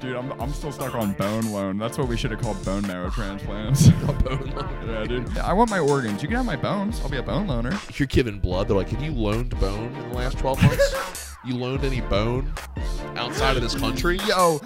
Dude, I'm, I'm still stuck on bone loan. That's what we should have called bone marrow transplants. yeah, dude. I want my organs. You can have my bones. I'll be a bone loaner. If you're giving blood, they're like, have you loaned bone in the last 12 months? you loaned any bone outside of this country? Yo.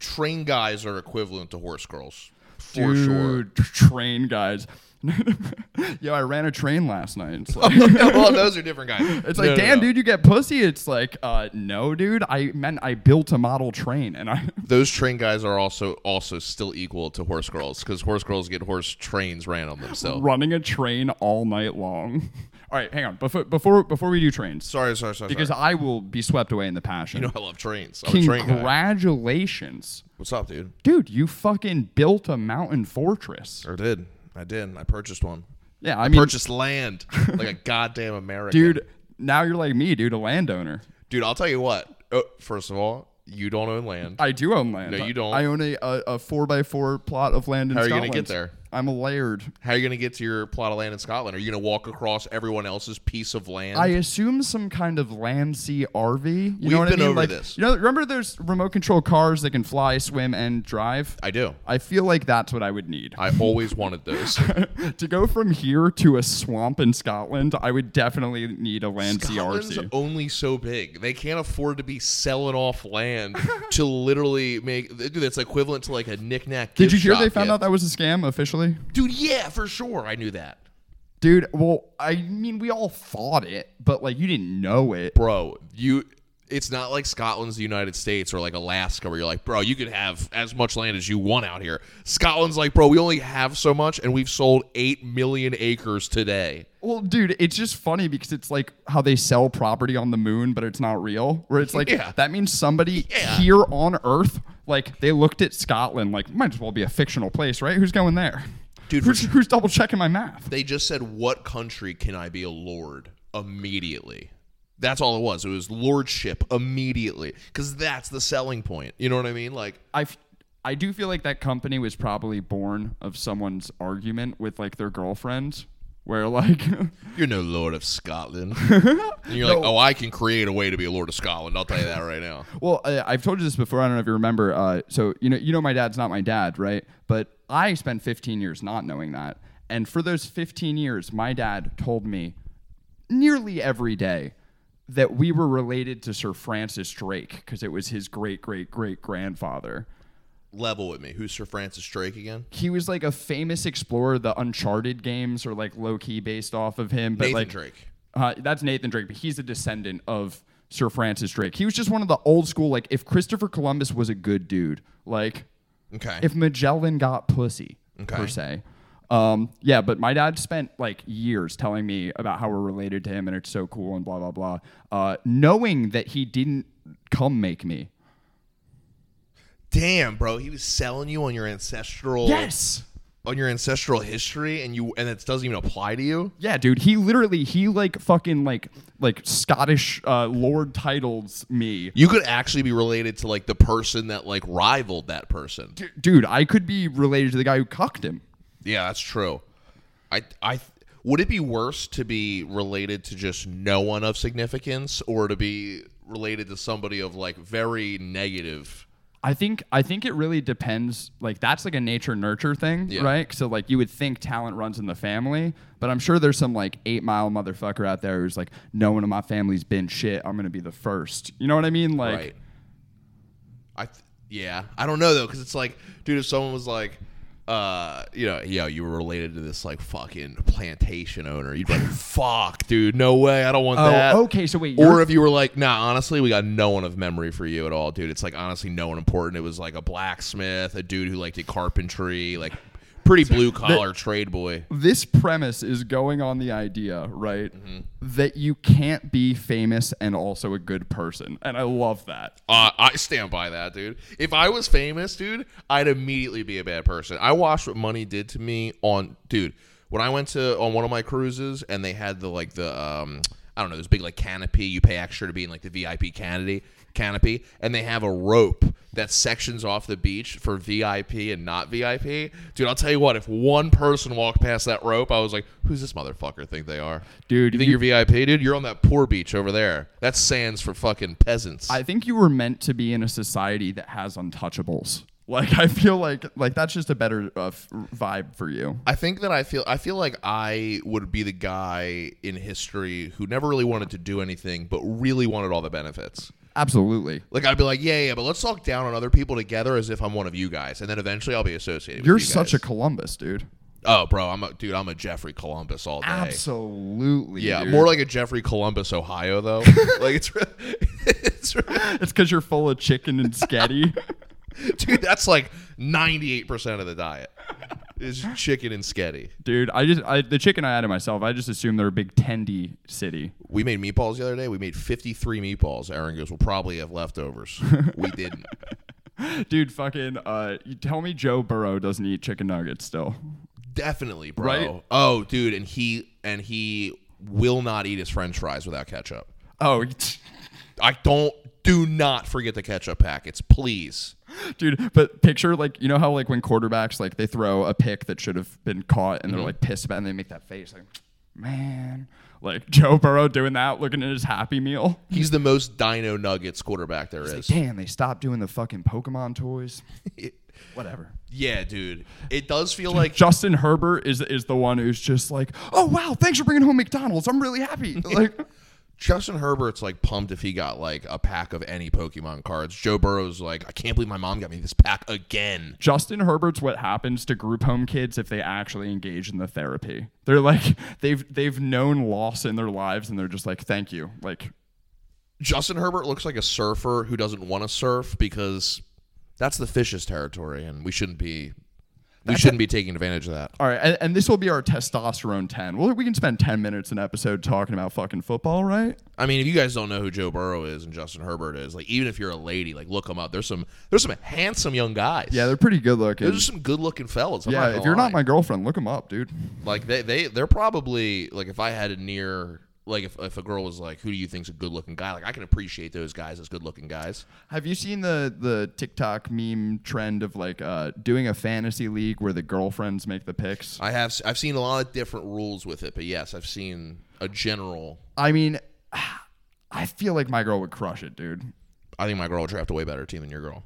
Train guys are equivalent to horse girls. For sure. Dude, train guys. Yo, I ran a train last night. It's like, well, those are different guys. it's No, like no, damn, no. dude, you get pussy. It's like, uh, no, dude. I meant I built a model train, and I. Those train guys are also also still equal to horse girls because horse girls get horse trains ran on themselves. running a train all night long. All right, hang on. Before before before we do trains, Sorry, sorry, sorry. because sorry. I will be swept away in the passion. you know I love trains. I'm a train guy. Congratulations, What's up, dude? dude! You fucking built a mountain fortress. I did. I did. I purchased one. Yeah, I mean, Purchased land like a goddamn American. dude. Now you're like me, dude, a landowner. Dude, I'll tell you what. Oh, first of all, you don't own land. I do own land. No, you don't. I own a a, a four by four plot of land in How are you Scotland. gonna get there? I'm a laird. How are you going to get to your plot of land in Scotland? Are you going to walk across everyone else's piece of land? I assume some kind of land sea RV. You We've know what been I mean? over like, this. You know, remember there's remote control cars that can fly, swim, and drive. I do. I feel like that's what I would need. I always wanted those. to go from here to a swamp in Scotland, I would definitely need a land Scotland's CRC. only so big. They can't afford to be selling off land to literally make. Dude, that's equivalent to like a knickknack. Did you hear they found out that was a scam officially? Dude, yeah, for sure. I knew that. Dude, well, I mean, we all thought it, but like you didn't know it. bro, you. It's not like Scotland's the United States or like Alaska where you're like, bro, you could have as much land as you want out here. Scotland's like, bro, we only have so much, and we've sold eight million acres today. Well, dude, it's just funny because it's like how they sell property on the moon, but it's not real. Where it's like Yeah. that means somebody Yeah. here on Earth, like they looked at Scotland, like might as well be a fictional place, right? Who's going there? Dude, who's, who's double checking my math? They just said, what country can I be a lord immediately? That's all it was. It was lordship immediately because that's the selling point. You know what I mean? Like, I, f- I do feel like that company was probably born of someone's argument with like their girlfriend, where like, you're no lord of Scotland. and you're like, oh, I can create a way to be a lord of Scotland. I'll tell you that right now. well, I, I've told you this before. I don't know if you remember. Uh, so you know, you know, my dad's not my dad, right? But I spent 15 years not knowing that, and for those 15 years, my dad told me nearly every day that we were related to Sir Francis Drake because it was his great great great grandfather. Level with me. Who's Sir Francis Drake again? he was like a famous explorer. The Uncharted games are like low key based off of him, but Nathan like Drake. Uh, that's Nathan Drake, but he's a descendant of Sir Francis Drake. He was just one of the old school. Like if Christopher Columbus was a good dude, like Okay. if Magellan got pussy per Okay. se. Um, yeah, but my dad spent like years telling me about how we're related to him and it's so cool and blah blah blah, uh, knowing that he didn't come make me. Damn, bro, he was selling you on your ancestral Yes. on your ancestral history and you and it doesn't even apply to you? Yeah, dude. He literally he like fucking like like Scottish uh, lord titles me. You could actually be related to like the person that like rivaled that person. D- dude, I could be related to the guy who cucked him. Yeah, that's true. I I would it be worse to be related to just no one of significance or to be related to somebody of like very negative? I think I think it really depends. Like that's like a nature nurture thing, Yeah. right? So like you would think talent runs in the family, but I'm sure there's some like eight mile motherfucker out there who's like, no one in my family's been shit. I'm gonna be the first. You know what I mean? Like, right. I th- yeah, I don't know though, because it's like, dude, if someone was like, uh, you know, yo, you were related to this like fucking plantation owner, you'd be like, fuck, dude, no way, I don't want oh, that. okay. So wait, Or you're- if you were like, nah, honestly, we got no one of memory for you at all, dude. It's like honestly no one important. It was like a blacksmith, a dude who like did carpentry, like pretty blue collar trade boy. this premise is going on the idea, right? Mm-hmm. That you can't be famous and also a good person. And I love that. Uh, I stand by that, dude. If I was famous, dude, I'd immediately be a bad person. I watched what money did to me on, dude. When I went to on one of my cruises and they had the like the um, I don't know this big like canopy. You pay extra to be in like the VIP canopy canopy, and they have a rope that sections off the beach for VIP and not VIP. Dude, I'll tell you what. If one person walked past that rope, I was like, "Who's this motherfucker think they are?" Dude, you think you- you, are VIP, dude? You're on that poor beach over there. That's sands for fucking peasants. I think you were meant to be in a society that has untouchables. Like I feel like like that's just a better uh, f- vibe for you. I think that I feel I feel like I would be the guy in history who never really wanted to do anything but really wanted all the benefits. Absolutely. Like I'd be like, yeah, yeah, but let's talk down on other people together as if I'm one of you guys, and then eventually I'll be associated. You're with you such a guys. Columbus, dude. oh, bro, I'm a dude. I'm a Jeffrey Columbus all day. Absolutely. Yeah, dude. more like a Jeffrey Columbus, Ohio, though. like it's, re- it's re- it's because you're full of chicken and sketty. dude. That's like 98 percent of the diet is chicken and sketty. dude, I just I, the chicken I added myself. I just assumed they're a big tendy city. We made meatballs the other day. We made 53 meatballs. Aaron goes, we'll probably have leftovers. we didn't. Dude, fucking. Uh, you tell me Joe Burrow doesn't eat chicken nuggets still. Definitely, bro. Right? Oh, dude, and he and he will not eat his french fries without ketchup. Oh, I don't do not forget the ketchup packets, please. dude. But picture like you know how like when quarterbacks like they throw a pick that should have been caught and they're Mm-hmm. like pissed about it and they make that face like, man, like Joe Burrow doing that, looking at his Happy Meal. He's the most dino nuggets quarterback there Like, is. damn, they stopped doing the fucking Pokemon toys. Whatever. yeah, dude. It does feel like Justin Herbert is is the one who's just like, oh wow, thanks for bringing home McDonald's. I'm really happy. Like, Justin Herbert's like pumped if he got like a pack of any Pokemon cards. Joe Burrow's like, I can't believe my mom got me this pack again. Justin Herbert's what happens to group home kids if they actually engage in the therapy. They're like they've they've known loss in their lives and they're just like, thank you. Like Justin Herbert looks like a surfer who doesn't want to surf because that's the fish's territory, and we shouldn't be we shouldn't be taking advantage of that. all right, and, and this will be our testosterone ten. Well, we can spend ten minutes an episode talking about fucking football, right? I mean, if you guys don't know who Joe Burrow is and Justin Herbert is, like even if you're a lady, like look them up. There's some there's some handsome young guys. Yeah, they're pretty good looking. Those are some good looking fellas. I'm yeah, gonna if you're not lie. my girlfriend, look them up, dude. like they they they're probably like if I had a near like if, if a girl was like who do you think's a good looking guy like I can appreciate those guys as good looking guys. Have you seen the the TikTok meme trend of like uh, doing a fantasy league where the girlfriends make the picks? I have s- I've seen a lot of different rules with it, but yes, I've seen a general. I mean, I feel like my girl would crush it, dude. I think my girl drafted a way better team than your girl.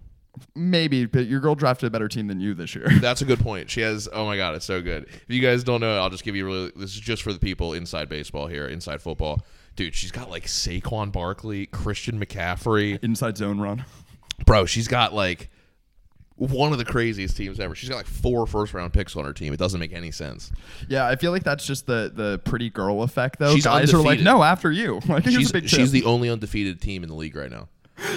Maybe, but your girl drafted a better team than you this year. That's a good point. She has. Oh my god, it's so good. If you guys don't know, I'll just give you really. This is just for the people inside baseball here, inside football. Dude, she's got like Saquon Barkley, Christian McCaffrey. Inside zone run. Bro, she's got like one of the craziest teams ever. She's got like four first round picks on her team. It doesn't make any sense. Yeah, I feel like that's just the the pretty girl effect though. She's Guys are like, undefeated. no, after you. Like, here's She's a big she's tip. the only undefeated team in the league right now.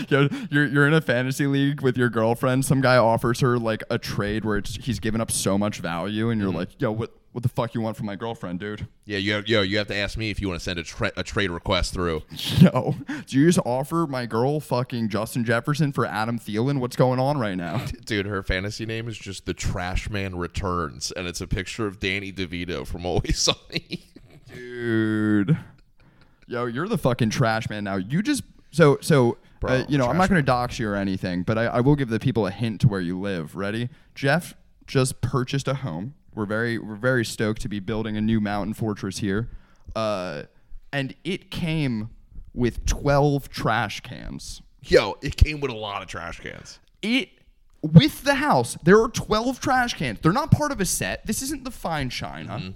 Yo, you're you're in a fantasy league with your girlfriend. Some guy offers her like a trade where it's, he's given up so much value, and you're Mm-hmm. like, yo, what what the fuck you want from my girlfriend, dude? Yeah, you have, yo, you have to ask me if you want to send a, tra- a trade request through. Yo, do you just offer my girl fucking Justin Jefferson for Adam Thielen? What's going on right now? Dude, her fantasy name is just the Trash Man Returns, and it's a picture of Danny DeVito from Always Sunny. dude. Yo, you're the fucking trash man now. You just so so. uh, Bro, you know, I'm trash not going to dox you or anything, but I, I will give the people a hint to where you live. Ready? Jeff just purchased a home. We're very we're very stoked to be building a new mountain fortress here, uh, and it came with 12 trash cans. Yo, it came with a lot of trash cans. It with the house there are 12 trash cans. They're not part of a set. This isn't the fine china.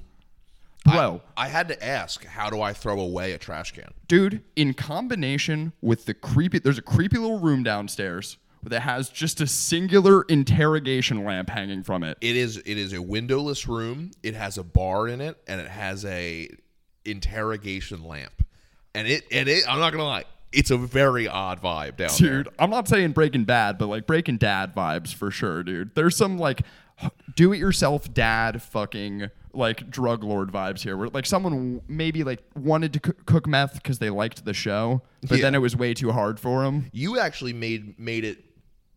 Bro, I had to ask, how do I throw away a trash can? dude in combination with the creepy there's a creepy little room downstairs that has just a singular interrogation lamp hanging from it It is it is a windowless room. It has a bar in it, and it has a interrogation lamp. And it and it I'm not gonna lie, it's a very odd vibe down there. dude i'm not saying breaking bad but like breaking dad vibes for sure dude there's some like do it yourself dad fucking like drug lord vibes here where like someone maybe like wanted to coo- cook meth because they liked the show but Yeah. then it was way too hard for him You actually made made it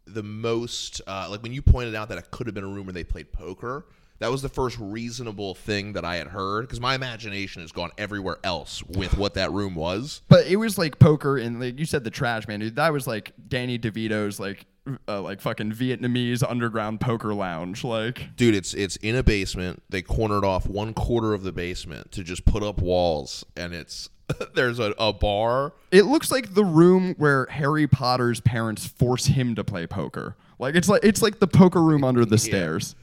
the most uh, like when you pointed out that it could have been a room where they played poker. that was the first reasonable thing that I had heard because my imagination has gone everywhere else with what that room was. But it was like poker, and like you said, the trash man. Dude, that was like Danny DeVito's like uh, like fucking Vietnamese underground poker lounge. Like Dude, it's it's in a basement. They cornered off one quarter of the basement to just put up walls, and it's there's a, a bar. it looks like the room where Harry Potter's parents force him to play poker. Like it's like it's like the poker room under the stairs.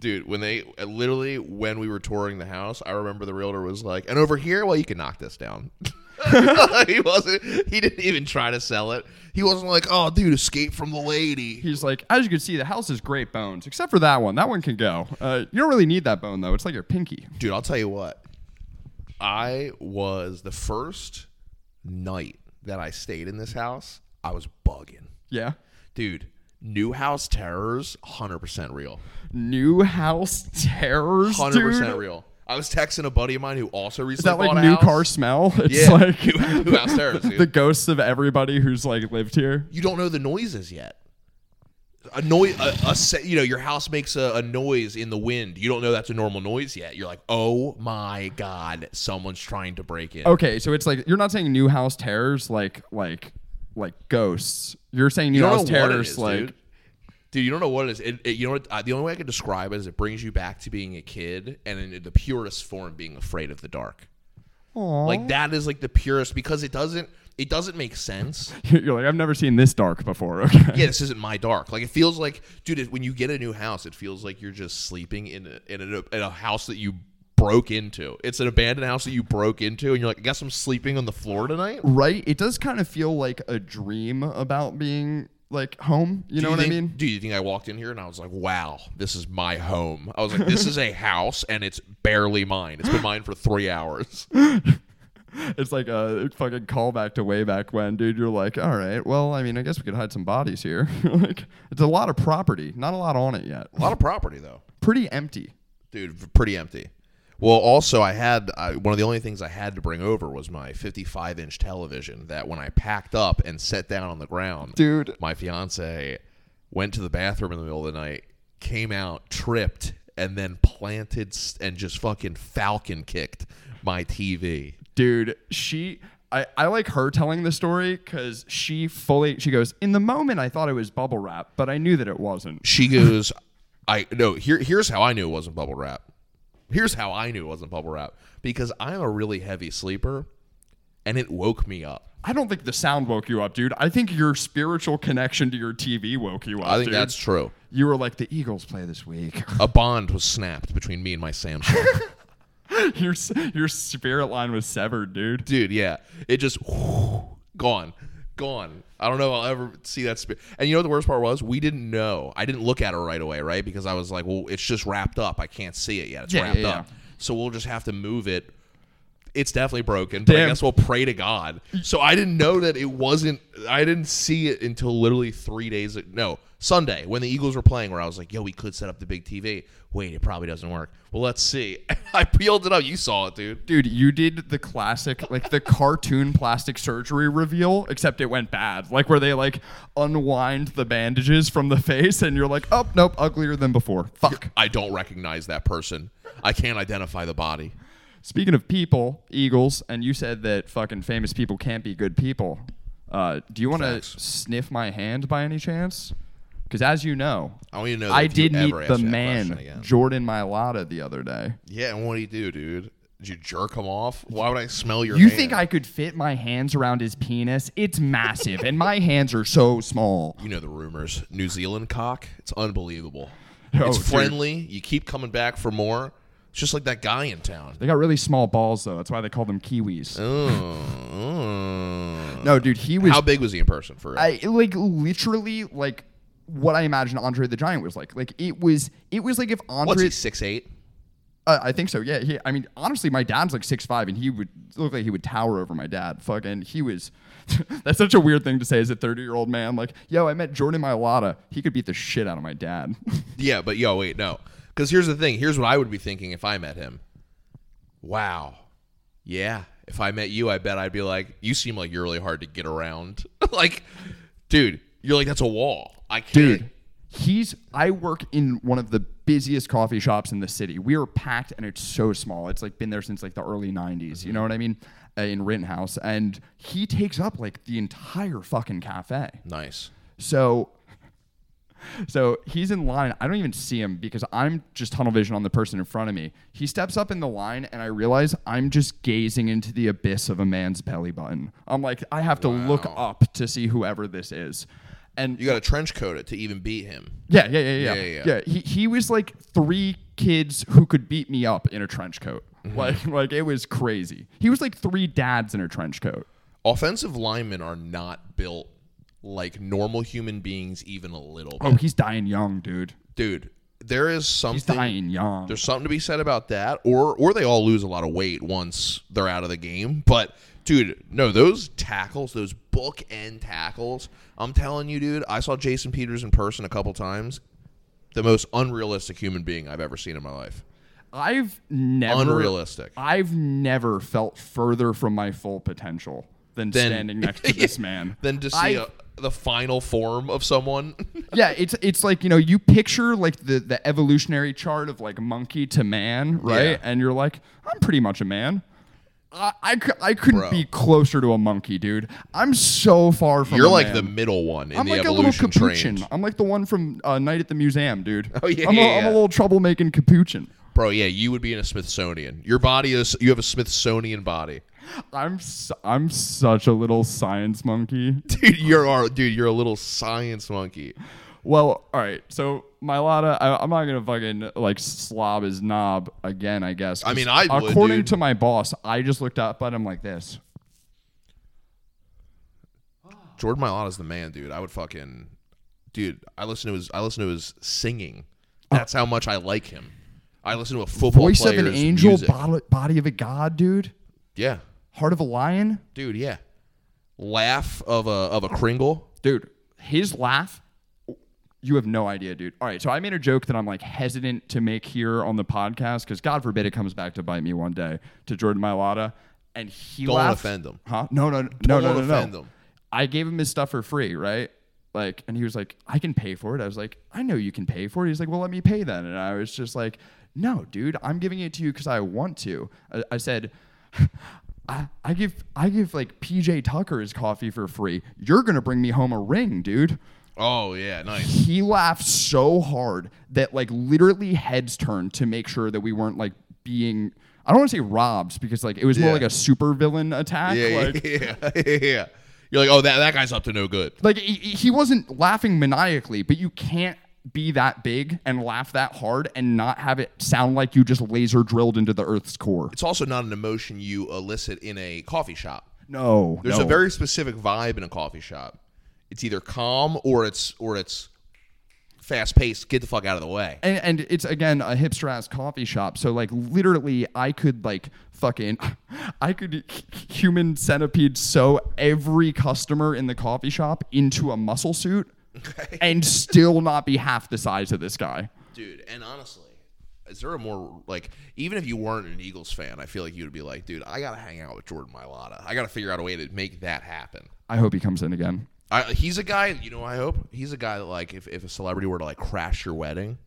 Dude, when they literally when we were touring the house, I remember the realtor was like, "And over here, well, you can knock this down." he wasn't. He didn't even try to sell it. He wasn't like, "Oh, dude, escape from the lady." He's like, as you can see, the house is great bones, except for that one. That one can go. Uh, you don't really need that bone though. It's like your pinky. Dude, I'll tell you what. I was the first night that I stayed in this house. I was bugging, Yeah. dude. New house terrors, hundred percent real. New house terrors, hundred dude. percent real. I was texting a buddy of mine who also recently Is that bought like a new house. car smell? It's Yeah, like new, new house terrors. Dude. the ghosts of everybody who's like lived here. you don't know the noises yet. A noise, a, a se- you know, your house makes a, a noise in the wind. You don't know that's a normal noise yet. You're like, oh my god, someone's trying to break in. Okay, so it's like you're not saying new house terrors like like like ghosts. You're saying new You house don't know what it terrors is, like dude. Dude, you don't know what it is. It, it- you know what? Uh, the only way I can describe it is it brings you back to being a kid and in the purest form, being afraid of the dark. Aw. Like that is like the purest because it doesn't it doesn't make sense. you're like I've never seen this dark before. Okay. yeah, this isn't my dark. Like it feels like, dude, it, when you get a new house, it feels like you're just sleeping in a, in a, in a house that you broke into. It's an abandoned house that you broke into, and you're like, I guess I'm sleeping on the floor tonight. Right? It does kind of feel like a dream about being like home. You know what think, I mean? Do you think I walked in here and I was like, wow, this is my home? I was like, this is a house, and it's barely mine. It's been mine for three hours. It's like a fucking callback to way back when, dude. You're like, all right, well, I mean, I guess we could hide some bodies here. like, it's a lot of property, not a lot on it yet. A lot of property though. Pretty empty. dude v- pretty empty well also i had I, one of the only things i had to bring over was my 55 inch television that when i packed up and sat down on the ground Dude. my fiance went to the bathroom in the middle of the night came out tripped and then planted s- and just fucking falcon kicked my tv dude she I, I like her telling the story because she fully she goes in the moment i thought it was bubble wrap but i knew that it wasn't she goes i no here here's how i knew it wasn't bubble wrap here's how i knew it wasn't bubble wrap because i'm a really heavy sleeper and it woke me up i don't think the sound woke you up dude i think your spiritual connection to your tv woke you up i think dude. that's true you were like the eagles play this week a bond was snapped between me and my Samsung. your, s- your spirit line was severed dude Dude, yeah. It just gone. Gone. I don't know if I'll ever see that. Sp- and you know what the worst part was? We didn't know. I didn't look at her right away, right? Because I was like, well, it's just wrapped up. I can't see it yet. It's Yeah, wrapped yeah, up. So we'll just have to move it. It's definitely broken, but I Damn. guess we'll pray to God. So I didn't know that it wasn't. I didn't see it until literally three days. No, Sunday when the Eagles were playing, where I was like, "Yo, we could set up the big TV." Wait, it probably doesn't work. Well, let's see. I peeled it up. You saw it, dude. dude you did the classic like the cartoon plastic surgery reveal except it went bad like where they like unwind the bandages from the face and you're like oh nope uglier than before fuck I don't recognize that person. I can't identify the body. Speaking of people, Eagles, and you said that fucking famous people can't be good people. Uh, do you want to Facts. sniff my hand by any chance? Because as you know, I don't even know. I if you did meet ever asked the me that man question again. Jordan Mailata the other day. Yeah, and what do you do, dude? Did you jerk him off? Why would I smell your? You hand? think I could fit my hands around his penis? It's massive, and my hands are so small. You know the rumors. New Zealand cock. It's unbelievable. Oh, it's dude. friendly. You keep coming back for more. It's just like that guy in town. They got really small balls though. That's why they call them kiwis. Mm. No, dude, he was Oh. How big was he in person for? real? I like literally like what I imagine Andre the Giant was like. Like it was it was like if What's Andre he? Six eight. Uh, I think so. Yeah. He, I mean, honestly, my dad's like six five, and he would look like he would tower over my dad. Fucking, he was. that's such a weird thing to say as a thirty year old man. Like, yo, I met Jordan Mailata. He could beat the shit out of my dad. Yeah, but yo, wait, no. Because here's the thing. Here's what I would be thinking if I met him. Wow. Yeah. If I met you, I bet I'd be like, you seem like you're really hard to get around. like, dude, you're like, that's a wall. I can't. Dude, He's I work in one of the busiest coffee shops in the city. We are packed and it's so small. It's like been there since like the early 90s, you know what I mean? Uh, in Rittenhouse and he takes up like the entire fucking cafe. Nice. So so he's in line. I don't even see him because I'm just tunnel vision on the person in front of me. He steps up in the line and I realize I'm just gazing into the abyss of a man's belly button. I'm like, I have to look up to see whoever this is. And You got to trench coat it to even beat him. yeah, yeah, yeah, yeah. Yeah, Yeah, yeah. He, he was like three kids who could beat me up in a trench coat. Mm-hmm. Like like it was crazy. He was like three dads in a trench coat. Offensive linemen are not built like normal human beings, even a little. Bit. Oh, he's dying young, dude. Dude, there is He's something. dying young. There's something to be said about that, or or they all lose a lot of weight once they're out of the game. But dude, no, those tackles, those book end tackles. I'm telling you, dude. I saw Jason Peters in person a couple times. The most unrealistic human being I've ever seen in my life. I've never Unrealistic. I've never felt further from my full potential than Then- standing next to this man. Than to I- see a, the final form of someone. yeah, it's it's like you know you picture like the the evolutionary chart of like monkey to man, right? Yeah. And you're like, I'm pretty much a man. I I, cou- I couldn't Bro. be closer to a monkey, dude. I'm so far from. You're a like man. the middle one in I'm the like a little evolution capuchin. train. I'm like the one from uh, Night at the Museum, dude. Oh, yeah, I'm, a, yeah, I'm yeah. a little troublemaking capuchin. Bro, yeah, you would be in a Smithsonian. Your body is you have a Smithsonian body. I'm su- I'm such a little science monkey. Dude, you're our, dude, you're a little science monkey. Well, all right. So Milata, I, I'm not gonna fucking like slob his knob again. I guess. 'cause I mean, I would, according dude. to my boss, I just looked up at him like this. Jordan Mailata's the man, dude. I would fucking dude, I listen to his I listen to his singing. That's how much I like him. I listen to a football Voice of an player's angel, music. body, body of a god, dude. Yeah. Heart of a lion, Dude, yeah. Laugh of a of a Kringle. dude. His laugh. You have no idea, dude. All right, so I made a joke that I'm like hesitant to make here on the podcast because God forbid it comes back to bite me one day to Jordan Mailata, and he Don't laughed. offend him. Huh? No, no, no, no, no, no. Don't offend no. him. I gave him his stuff for free, right? Like, and he was like, I can pay for it. I was like, I know you can pay for it. He's like, well, let me pay then. And I was just like, no, dude, I'm giving it to you because I want to. I, I said, I, I give I give like PJ Tucker his coffee for free. You're gonna bring me home a ring, dude. Oh yeah, nice. He laughed so hard that like literally heads turned to make sure that we weren't like being I don't want to say robs because like it was more Yeah. like a super villain attack. Yeah, like, yeah, yeah, yeah. You're like, oh, that, that guy's up to no good. like he, he wasn't laughing maniacally, but you can't be that big and laugh that hard and not have it sound like you just laser drilled into the earth's core. It's also not an emotion you elicit in a coffee shop. No, There's no. a very specific vibe in a coffee shop. It's either calm or it's or it's fast paced. Get the fuck out of the way. and, and it's again a hipster ass coffee shop. So like literally, I could like fucking, I could human centipede sew every customer in the coffee shop into a muscle suit, and still not be half the size of this guy. Dude, and honestly, is there a more like even if you weren't an Eagles fan, I feel like you would be like, dude, I gotta hang out with Jordan Mailata. I gotta figure out a way to make that happen. I hope he comes in again. I, he's a guy, you know. I hope he's a guy that like if, if a celebrity were to like crash your wedding,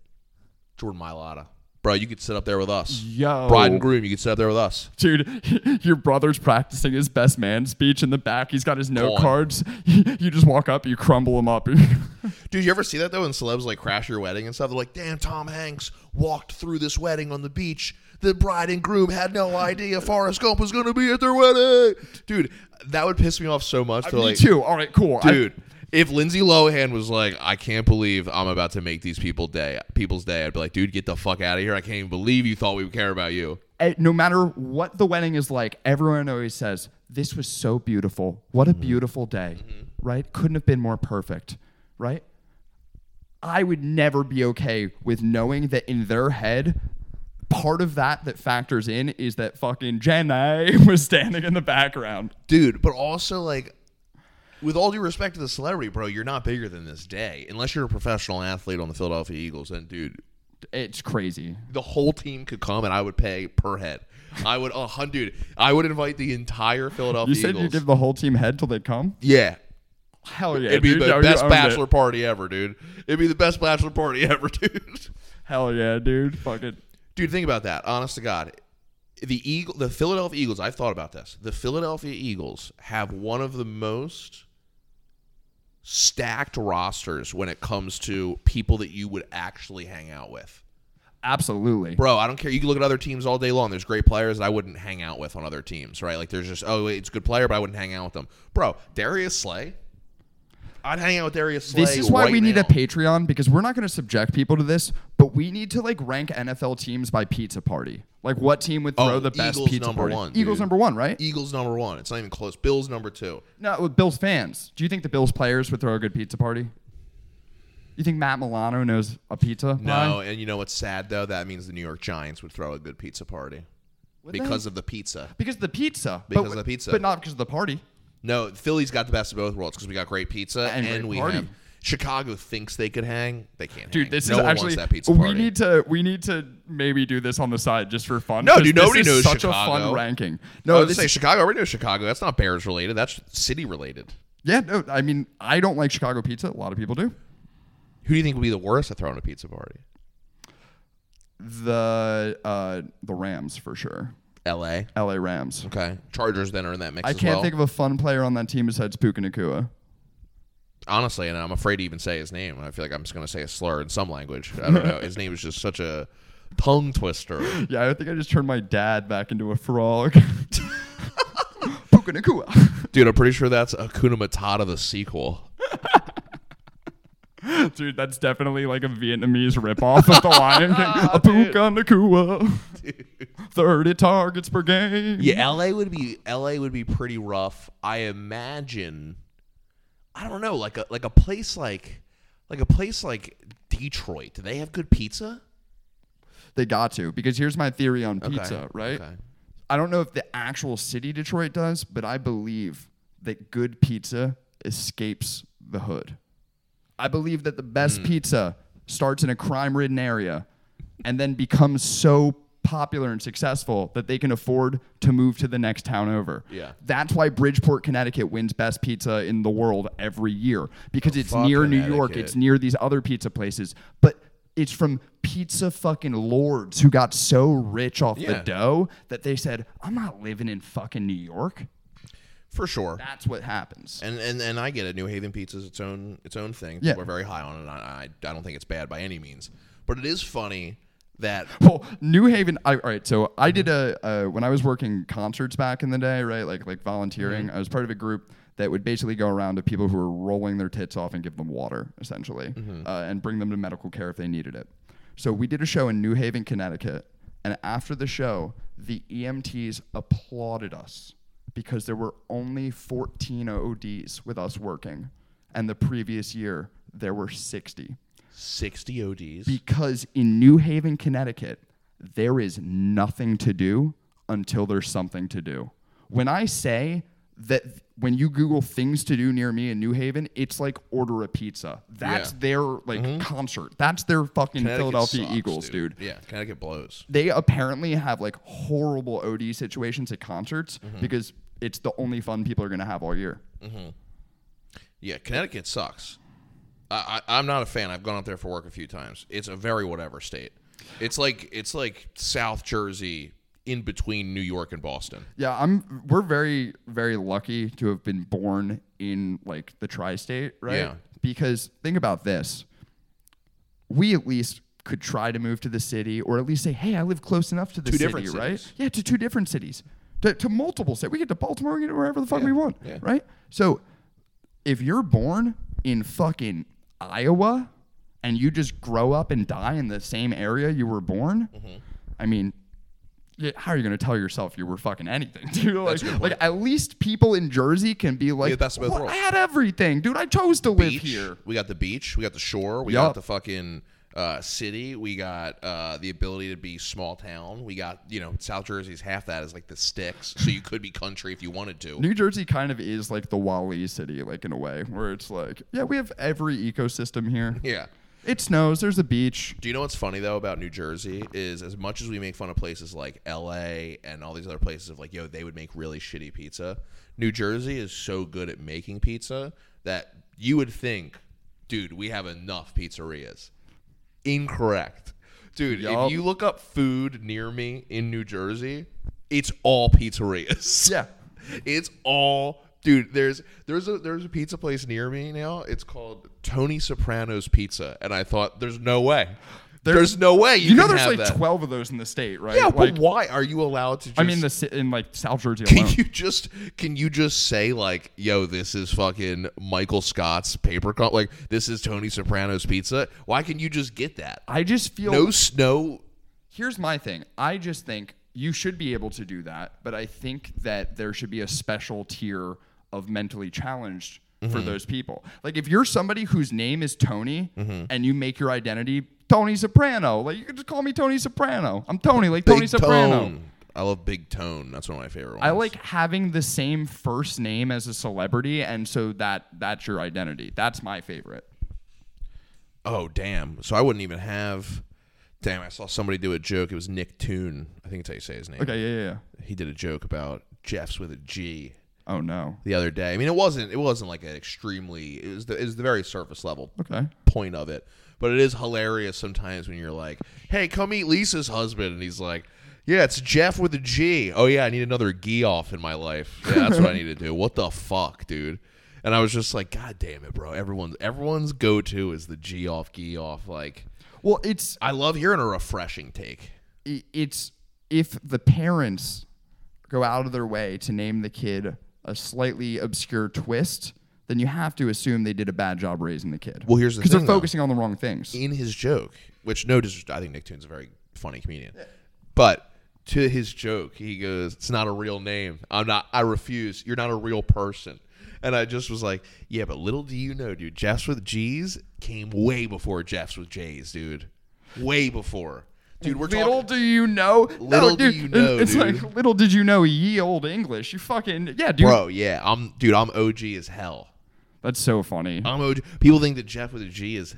Jordan Mailata, bro, you could sit up there with us. Yo. bride and groom, you could sit up there with us. Dude, your brother's practicing his best man speech in the back. He's got his note Gone. cards. You just walk up, you crumble them up. Dude, you ever see that though? When celebs like crash your wedding and stuff, they're like, "Damn, Tom Hanks walked through this wedding on the beach. The bride and groom had no idea Forrest Gump was going to be at their wedding." Dude, that would piss Uh, me off so much. They're Me like, too. All right, cool. I- dude, if Lindsay Lohan was like, "I can't believe I'm about to make these people day, people's day," I'd be like, "Dude, get the fuck out of here! I can't even believe you thought we would care about you." eh, no matter what the wedding is like, everyone always says, This was so beautiful. What a Mm-hmm. beautiful day, right? Couldn't have been more perfect, right? I would never be okay with knowing that in their head, part of that that factors in is that fucking Jenny was standing in the background. dude. But also, like, with all due respect to the celebrity, bro, you're not bigger than this day unless you're a professional athlete on the Philadelphia Eagles. And dude, It's crazy. the whole team could come, and I would pay per head. I would, uh, hun- dude, I would invite the entire Philadelphia You said Eagles. you give the whole team head till they come? yeah, Hell yeah. It'd be dude. No, the you best owned it. bachelor party ever, dude. It'd be the best bachelor party ever, dude. Hell yeah, dude. Fucking. Dude, think about that. Honest to God, the Eagle, the Philadelphia Eagles. I've thought about this. The Philadelphia Eagles have one of the most stacked rosters when it comes to people that you would actually hang out with. Absolutely. Bro, I don't care. You can look at other teams all day long. There's great players that I wouldn't hang out with on other teams, right? Like there's just oh, wait, it's a good player, but I wouldn't hang out with them. Bro, Darius Slay. I'd hang out with Darius Slay. This is why right we need now. a Patreon because we're not going to subject people to this, but we need to like rank NFL teams by pizza party. Like what team would throw Oh, the best Eagles pizza number party? one, Eagles dude. E- number one, right? Eagles number one. It's not even close. Bills number two. No, with Bills fans. Do you think the Bills players would throw a good pizza party? You think Matt Milano knows a pizza? No, line? and you know what's sad though? That means the New York Giants would throw a good pizza party they? because of the pizza. because of the pizza. but- Because of the pizza. but not because of the party. No, Philly's got the best of both worlds because we got great pizza And and, great we party. have Chicago thinks they could hang. They can't. Dude, hang. this no is one actually wants that pizza we party. need to we need to maybe do this on the side just for fun. No, 'cause dude, this nobody is knows such a Chicago. fun ranking. no, No, this say is- Chicago. Everybody knows Chicago. That's not Bears related. That's city related. yeah, no, I mean I don't like Chicago pizza. A lot of people do. Who do you think would be the worst at throwing a pizza party? The uh, the Rams for sure. L.A. L.A. Rams. Okay, Chargers then are in that mix. I as can't well. think of a fun player on that team besides Puka Nakua. honestly, and I'm afraid to even say his name. I feel like I'm just gonna say a slur in some language. I don't know. His name is just such a tongue twister. Yeah, I think I just turned my dad back into a frog. Puka Nakua. Dude, I'm pretty sure that's Akuna Matata, the sequel. Dude, that's definitely like a Vietnamese ripoff of the Lion King. A Puka Nakua. 30 targets per game. Yeah, LA would be LA would be pretty rough. I imagine. I don't know, like a like a place like like a place like Detroit. Do they have good pizza? They got to because here's my theory on Okay, pizza, right? okay. I don't know if the actual city Detroit does, but I believe that good pizza escapes the hood. I believe that the Hmm. best pizza starts in a crime-ridden area and then becomes so popular and successful that they can afford to move to the next town over. Yeah. That's why Bridgeport, Connecticut wins best pizza in the world every year because it's near New York, Oh, Connecticut. it's near these other pizza places, but it's from pizza fucking lords who got so rich off the Yeah. dough that they said, "I'm not living in fucking New York." For sure. That's what happens. And, and and I get it. New Haven pizza is its own its own thing. Yeah. We're very high on it. I, I I don't think it's bad by any means. But it is funny that Well, New Haven. I, all right, so I did a uh, when I was working concerts back in the day, right? Like like volunteering. I was part of a group that would basically go around to people who were rolling their tits off and give them water, essentially, uh, and bring them to medical care if they needed it. So we did a show in New Haven, Connecticut, and after the show, the EMTs applauded us because there were only 14 ODs with us working, and the previous year there were 60 sixty ODs. because in New Haven, Connecticut, there is nothing to do until there's something to do. When I say that when you Google things to do near me in New Haven, it's like order a pizza. That's Yeah. Mm-hmm. their like concert. That's their fucking Connecticut Philadelphia sucks, Eagles, dude. Yeah, Connecticut blows. They apparently have like horrible OD situations at concerts Mm-hmm. because it's the only fun people are gonna have all year. Yeah, Connecticut sucks. I, I, I'm not a fan. I've gone up there for work a few times. It's a very whatever state. It's like it's like South Jersey in between New York and Boston. Yeah, I'm. We're very, very lucky to have been born in like the tri-state, right? Yeah. Because think about this: we at least could try to move to the city, or at least say, "Hey, I live close enough to the Two city," different right? cities. Yeah, to two different cities, to, to multiple cities. We get to Baltimore, we get to wherever the fuck we want, yeah. right? So, if you're born in fucking Iowa and you just grow up and die in the same area you were born, Mm-hmm. I mean, yeah, how are you gonna tell yourself you were fucking anything, dude? Like, like at least people in Jersey can be like, the best of both "Well, worlds." I had everything, dude. I chose to live Beach. here. We got the beach. We got the shore. We Yup. got the fucking uh, city. We got uh, the ability to be small town. We got you know South Jersey's half that is like the sticks, so you could be country if you wanted to. New Jersey kind of is like the Wally city, like in a way, where it's like, yeah, we have every ecosystem here. Yeah. It snows, there's a beach. Do you know what's funny though about New Jersey is as much as we make fun of places like LA and all these other places of like, yo, they would make really shitty pizza. New Jersey is so good at making pizza that you would think, dude, we have enough pizzerias. Incorrect. Dude, Yup. if you look up food near me in New Jersey, it's all pizzerias. Yeah. It's all dude, there's there's a there's a pizza place near me now. It's called Tony Soprano's Pizza. And I thought, there's no way. there's no way you, You, know, can there's have like that. 12 of those in the state, right? Yeah, like, but why are you allowed to just I mean, the ci- in like South Jersey can alone. you just can you just say like, yo, this is fucking Michael Scott's paper cut like this is Tony Soprano's pizza? Why can you just get that? I just feel No snow here's my thing. I just think you should be able to do that, but I think that there should be a special tier of mentally challenged for Mm-hmm. those people. Like if you're somebody whose name is Tony Mm-hmm. and you make your identity Tony Soprano, like you could just call me Tony Soprano. I'm Tony, like Tony Big Soprano. Tone. I love Big Tone. That's one of my favorite ones. I like having the same first name as a celebrity and so that that's your identity. That's my favorite. Oh damn! So I wouldn't even have. Damn! I saw somebody do a joke. It was Nick Toon. I think that's how you say his name. Okay, yeah, yeah, yeah. He did a joke about Jeff's with a G Oh no. the other day. I mean, it wasn't. It wasn't like an extremely. It was the. It was the very surface level Okay. point of it. But it is hilarious sometimes when you're like, "Hey, come eat Lisa's husband," and he's like. Yeah, it's Jeff with a G. Oh yeah, I need another G off in my life. Yeah, that's what I need to do. What the fuck, dude? And I was just like, God damn it, bro. Everyone's everyone's go to is the G off, G off. Like, Well, it's I love hearing a refreshing take. i- it's if the parents go out of their way to name the kid a slightly obscure twist, then you have to assume they did a bad job raising the kid. Well, here's the because they're thing, though. focusing on the wrong things. In his joke, which no disrespect, I think Nick Toon's a very funny comedian, but to his joke, he goes, "It's not a real name. I'm not. I refuse. You're not a real person." And I just was like, "Yeah, but little do you know, dude. Jeff's with G's came way before Jeff's with J's, dude. Way before, dude. We're Little talking." do you know, Little do dude, you it- know, It's dude. like little did you know, ye old English. You fucking yeah, dude. Bro, yeah, I'm dude. I'm OG as hell. That's so funny. I'm OG. People think that Jeff with a G is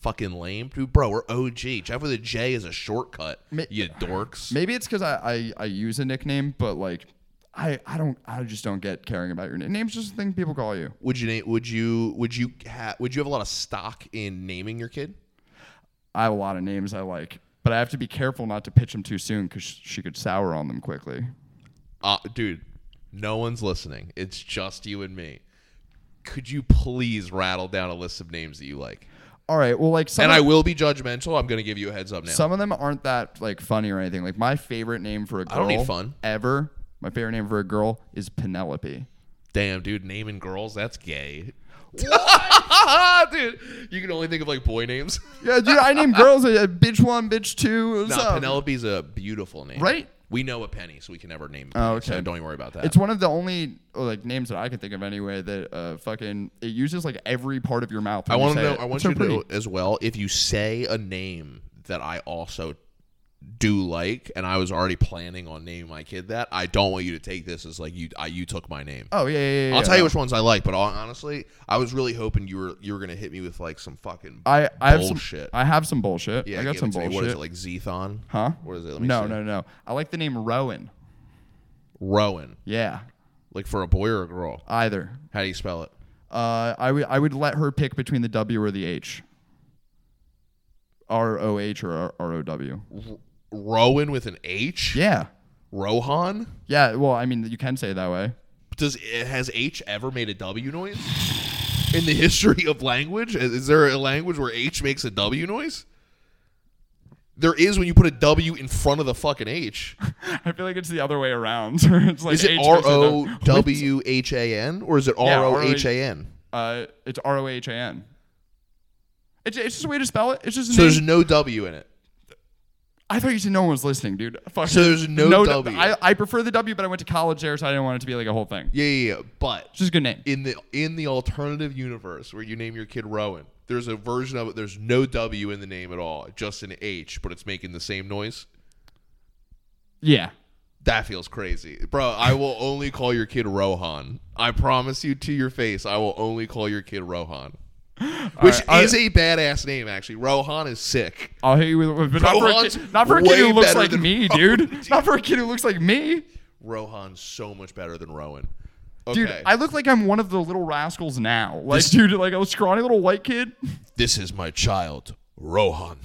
fucking lame, dude. Bro, we're OG. Jeff with a J is a shortcut. Ma- you dorks. Maybe it's because I, I I use a nickname, but like I I don't I just don't get caring about your name. Name's just a thing people call you. would you name? Would you? Would you? Ha- would you have a lot of stock in naming your kid? I have a lot of names I like, but I have to be careful not to pitch them too soon because she could sour on them quickly. Uh, dude, no one's listening. It's just you and me. Could you please rattle down a list of names that you like? All right, well, like some And of, I will be judgmental. I'm going to give you a heads up now. some of them aren't that like funny or anything. Like my favorite name for a girl don't need fun. ever. My favorite name for a girl is Penelope. Damn, dude, naming girls, that's gay. dude, you can only think of like boy names. Yeah, dude, I name girls a, bitch one, bitch two. what's No, up? Penelope's a beautiful name. Right? We know a penny, so we can never name. Oh, Penny, so okay. don't even worry about that. It's one of the only uh, like names that I can think of anyway that uh fucking it uses like every part of your mouth. I want want to know. I want so you to pretty. know as well. If you say a name that I also do like, and I was already planning on naming my kid that, I don't want you to take this as like you. I, you took my name. Oh yeah, yeah, yeah. I'll yeah. tell you which ones I like, but all, honestly, I was really hoping you were you were gonna hit me with like some fucking I I have bullshit. some I have some bullshit. yeah, I got give some it to me. bullshit. What is it like Zethon? Huh? What is it? Let me No, see. no, no. I like the name Rowan. Rowan, Yeah, like for a boy or a girl. either. How do you spell it? Uh, I would I would let her pick between the W or the H. R O H or R- R O W. Rowan with an H. Yeah, Rohan. yeah. Well, I mean, you can say it that way. Does has H ever made a W noise in the history of language? Is is there a language where H makes a W noise? There is when you put a W in front of the fucking H. I feel like it's the other way around. it's like Is it H R makes a O W. W H A N or is it Yeah, R O H A N? Uh, it's R O H A N. It's it's just a way to spell it. It's just. a So name. there's no W in it. I thought you said no one was listening, dude. Fuck. So there's no d- W. I, I prefer the W, but I went to college there, so I didn't want it to be like a whole thing. Yeah, yeah, yeah. But It's just a good name. in the in the alternative universe where you name your kid Rowan, there's a version of it. There's no W in the name at all, just an H, but it's making the same noise. Yeah. That feels crazy. Bro, I will only call your kid Rohan. I promise you to your face, I will only call your kid Rohan. Which right, I- is a badass name, actually. Rohan is sick. I'll hit you with, with but not, for a kid, Rohan's not for a kid way who looks better like than me, Rohan, dude. Not for a kid who looks like me. Rohan's so much better than Rowan. Dude, Okay. I look like I'm one of the little rascals now. Like, dude, like a scrawny little white kid. This is my child, Rohan.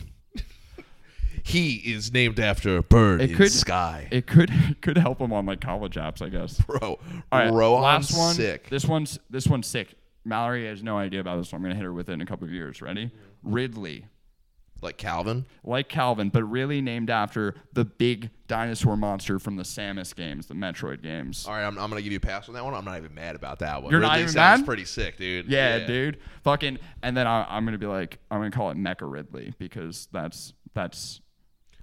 he is named after a bird It in could- sky. It could it could help him on like college apps, I guess. Bro, All right, Rohan's last one. sick. This one's this one's sick. Mallory has no idea about this one. I'm gonna hit her with it in a couple of years. Ready? Ridley, Like Calvin. like Calvin, but really named after the big dinosaur monster from the Samus games, the Metroid games. All right, I'm, I'm gonna give you a pass on that one. I'm not even mad about that one. You're not Ridley even sounds mad? pretty sick, dude. Yeah, dude. Fucking. And then I, I'm gonna be like, I'm gonna call it Mecha Ridley because that's that's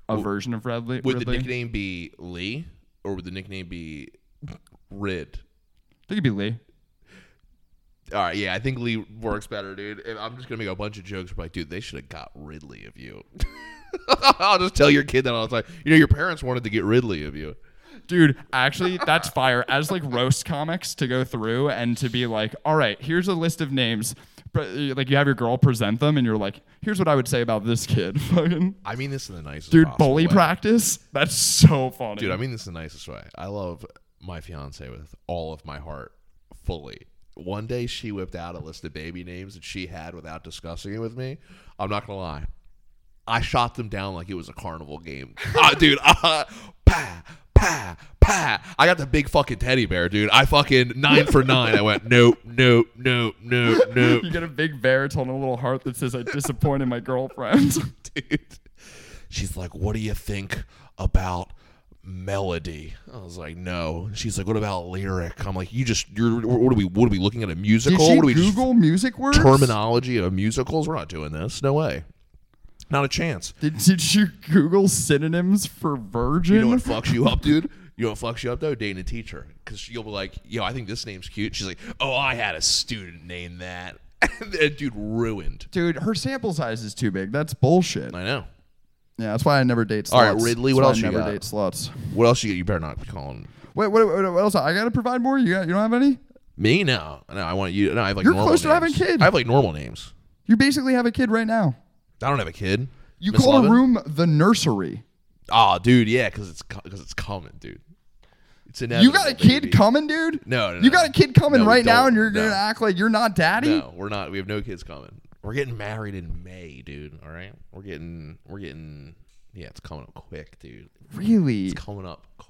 a version of Ridley. Would Ridley. the nickname be Lee or would the nickname be Rid? They could be Lee. All right, yeah, I think Lee works better, dude. And I'm just gonna make a bunch of jokes. Like, dude, they should have got Ridley of you. I'll just tell your kid that all the time. You know, your parents wanted to get Ridley of you. Dude, actually, that's fire. As like roast comics to go through and to be like, all right, here's a list of names. But uh, like you have your girl present them, and you're like, here's what I would say about this kid. Fucking I mean this in the nicest dude, possible bully way. practice. That's so funny. Dude, I mean this in the nicest way. I love my fiance with all of my heart, fully. One day she whipped out a list of baby names that she had without discussing it with me. I'm not gonna lie, I shot them down like it was a carnival game. Ah, dude, uh, pa pa pa. I got the big fucking teddy bear, dude. I fucking nine for nine. I went nope, nope, nope, nope, nope. you get a big Veritone and a little heart that says, I disappointed my girlfriend. dude. She's like, "What do you think about melody?" I was like, "No." She's like, "What about lyric?" I'm like, "You just you're what are we what are we looking at a musical? what are we just- Google music words? terminology of musicals? We're not doing this. No way. Not a chance." Did, did you Google synonyms for virgin? You know what fucks you up, dude? You know what fucks you up though? Dating a teacher, because you'll be like, "Yo, I think this name's cute." She's like, "Oh, I had a student name that." that dude ruined. Dude, her sample size is too big. That's bullshit. I know. Yeah, that's why I never date sluts. All right, Ridley, That's what why else I you never got? date sluts. What else you get? You better not be calling Wait, what, what, what else? I gotta provide more. You got, you don't have any? Me? No. No, I want you. No, I have like You're normal close to names. having a kid. I have like normal names. You basically have a kid right now. I don't have a kid. You Miss call Lovin? a room the nursery. Aw, dude, yeah, because it's because it's coming, dude. It's inevitable. You got a kid baby. coming, dude. No, no, You no. got a kid coming No, we right now, don't. and you're gonna No. act like you're not daddy. No, we're not. We have no kids coming. We're getting married in May, dude. All right, we're getting we're getting yeah, it's coming up quick, dude. Really? It's coming up quick.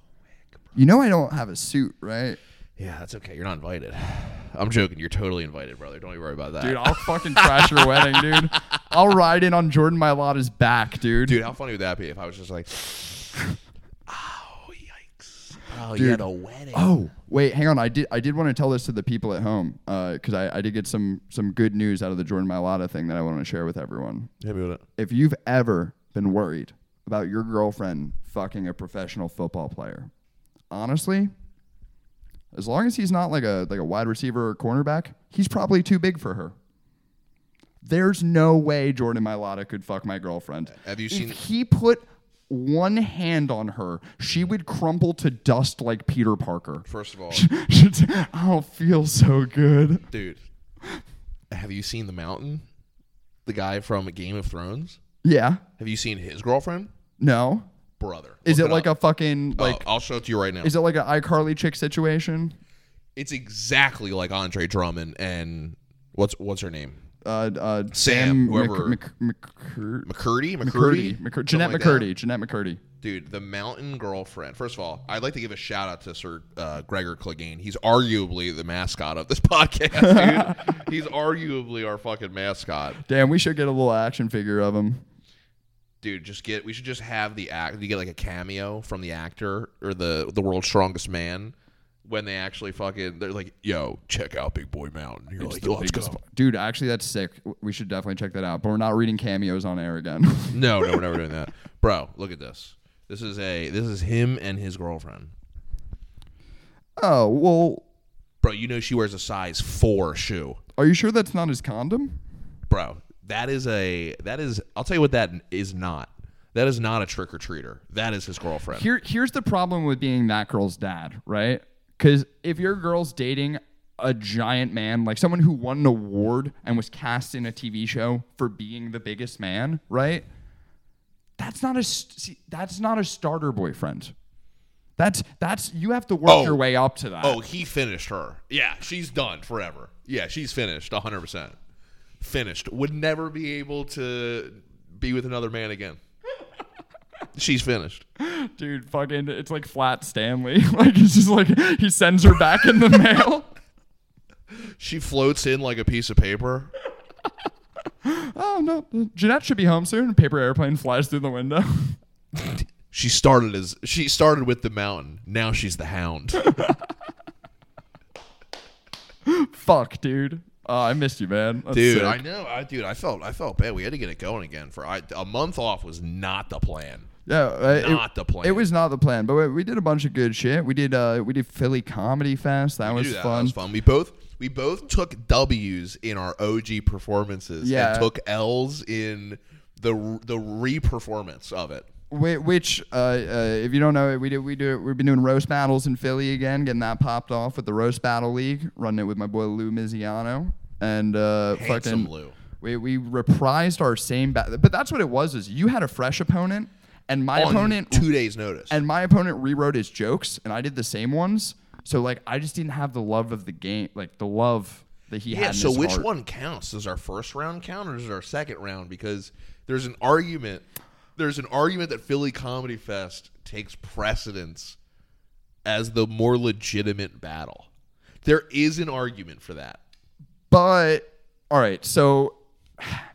Bro. You know I don't have a suit, right? Yeah, that's okay. You're not invited. I'm joking. You're totally invited, brother. Don't you worry about that, Dude, I'll fucking crash your wedding, dude. I'll ride in on Jordan Mailata's back, dude. Dude, how funny would that be if I was just like, oh yikes, oh you Dude. had a wedding. Oh wait, hang on. I did. I did want to tell this to the people at home because I, I did get some some good news out of the Jordan Mailata thing that I want to share with everyone. Hit me with it. if you've ever been worried about your girlfriend fucking a professional football player, honestly, as long as he's not like a like a wide receiver or cornerback, he's probably too big for her. There's no way Jordan Mailata could fuck my girlfriend. Have you if seen- he put one hand on her, she would crumple to dust like Peter Parker. First of all, She'd say, I don't feel so good. dude, have you seen the mountain? The guy from Game of Thrones. Yeah. Have you seen his girlfriend? No. Brother. Is Look it like up. a fucking Oh, like I'll show it to you right now. Is it like an iCarly chick situation? It's exactly like Andre Drummond and what's what's her name? Uh, uh, Sam, Sam, whoever- Mc, Mc, McCur- McCurdy. McCurdy. McCurdy, Something McCur- Jeanette like that. McCurdy, Jeanette McCurdy. Dude, the mountain girlfriend. First of all, I'd like to give a shout out to Sir uh, Gregor Clegane. He's arguably the mascot of this podcast, dude. He's arguably our fucking mascot. Damn, we should get a little action figure of him. Dude, just get. We should just have the act. You get like a cameo from the actor or the the world's strongest man when they actually fucking. They're like, yo, check out Big Boy Mountain. You're like, yo, let's go. Dude, actually, that's sick. W- We should definitely check that out. But we're not reading cameos on air again. No, no, we're never doing that, bro. Look at this. This is a. This is him and his girlfriend. oh well, Bro, you know she wears a size four shoe. are you sure that's not his condom? bro that is a that is i'll tell you what that is not that is not a trick-or-treater that is his girlfriend Here, here's the problem with being that girl's dad, right? Because if your girl's dating a giant man, like someone who won an award and was cast in a TV show for being the biggest man, right? That's not a st- see, that's not a starter boyfriend. That's that's you have to work Oh. your way up to that. Oh, he finished her. Yeah, she's done forever. Yeah, she's finished 100%. Finished. Would never be able to be with another man again. she's finished. Dude, fucking it's like flat Stanley. like it's just like he sends her back in the mail. She floats in like a piece of paper. Oh no. Jeanette should be home soon. Paper airplane flies through the window. She started as she started with the mountain. Now she's the hound. Fuck, dude. Oh, I missed you, man. That's Dude, sick. I know. I dude, I felt I felt bad. We had to get it going again for I, a month off was not the plan. Yeah, uh, Not it, the plan. It was not the plan, but we, we did a bunch of good shit. We did uh, we did Philly Comedy Fest. That, was, Dude, that fun. was fun. We both we both took W's in our OG performances Yeah. and took L's in the the re-performance of it. Whi- Which, uh, uh, if you don't know, it, we do we do we've been doing roast battles in Philly again, getting that popped off with the roast battle league, running it with my boy Lou Miziano and uh, Handsome fucking Lou. We we reprised our same battle, but that's what it was. Is you had a fresh opponent, and my On opponent two days notice. and my opponent rewrote his jokes and I did the same ones. So like I just didn't have the love of the game, like the love that he had. yeah, in so his which heart. one counts? Does our first round count or does our second round? Because there's an argument there's an argument that Philly Comedy Fest takes precedence as the more legitimate battle. There is an argument for that. But all right, so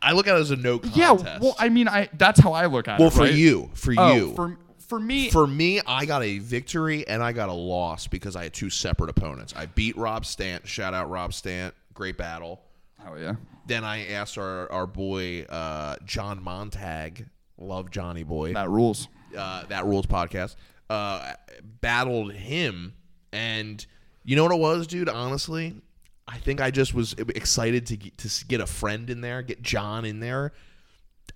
I look at it as a no contest. yeah, well I mean I that's how I look at Well, it. for right? you, for Oh, you, for for me, For me, I got a victory and I got a loss because I had two separate opponents. I beat Rob Stant. Shout out Rob Stant. Great battle. oh yeah, Then I asked our, our boy, uh, John Montag, love Johnny Boy, that rules. uh, That Rules podcast, uh, battled him. And you know what it was, dude? Honestly, I think I just was excited to get, to s- get a friend in there, get John in there.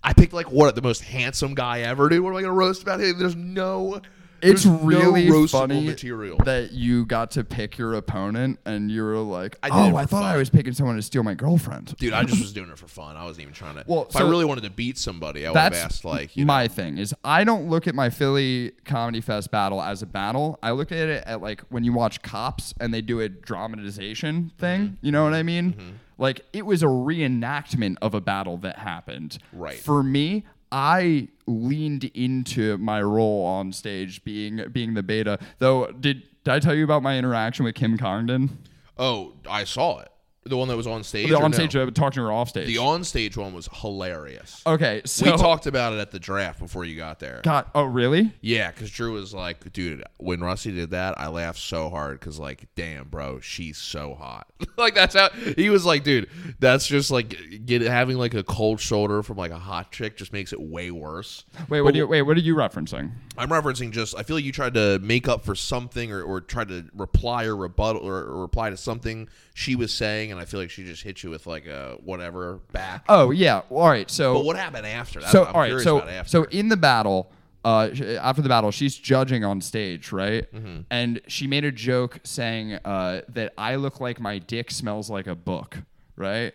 I picked like what the most handsome guy ever, dude. What am I gonna roast about him? There's no, It's there's no really roastable funny material. that you got to pick your opponent and you were like, I did oh, it for I thought I fun. was picking someone to steal my girlfriend. Dude, I just was doing it for fun. I wasn't even trying to. Well, if I so- really wanted to beat somebody, I would have That's asked like, you know, my thing is I don't look at my Philly Comedy Fest battle as a battle. I look at it at like when you watch Cops and they do a dramatization thing. Mm-hmm. You know what I mean? Like it was a reenactment of a battle that happened. Right. For me, I leaned into my role on stage being being the beta. Though did did I tell you about my interaction with Kim Congdon? oh, I saw it. The one that was on stage. The or on no? stage, uh, talking to her off stage. The on stage one was hilarious. okay, so we talked about it at the draft before you got there. God, oh really? Yeah, because Drew was like, dude, when Rusty did that, I laughed so hard because, like, damn, bro, she's so hot. like, that's how he was like, dude, that's just like get having like a cold shoulder from like a hot chick just makes it way worse. Wait, what do you wait? What are you referencing? I'm referencing just. I feel like you tried to make up for something, or, or tried to reply or rebuttal or, or reply to something she was saying, and I feel like she just hit you with like a whatever back. Oh yeah. Well, all right. So but what happened after? That's so what I'm all right. curious So about after. so in the battle, uh, sh- after the battle, she's judging on stage, right? Mm-hmm. And she made a joke saying uh, that I look like my dick smells like a book, right?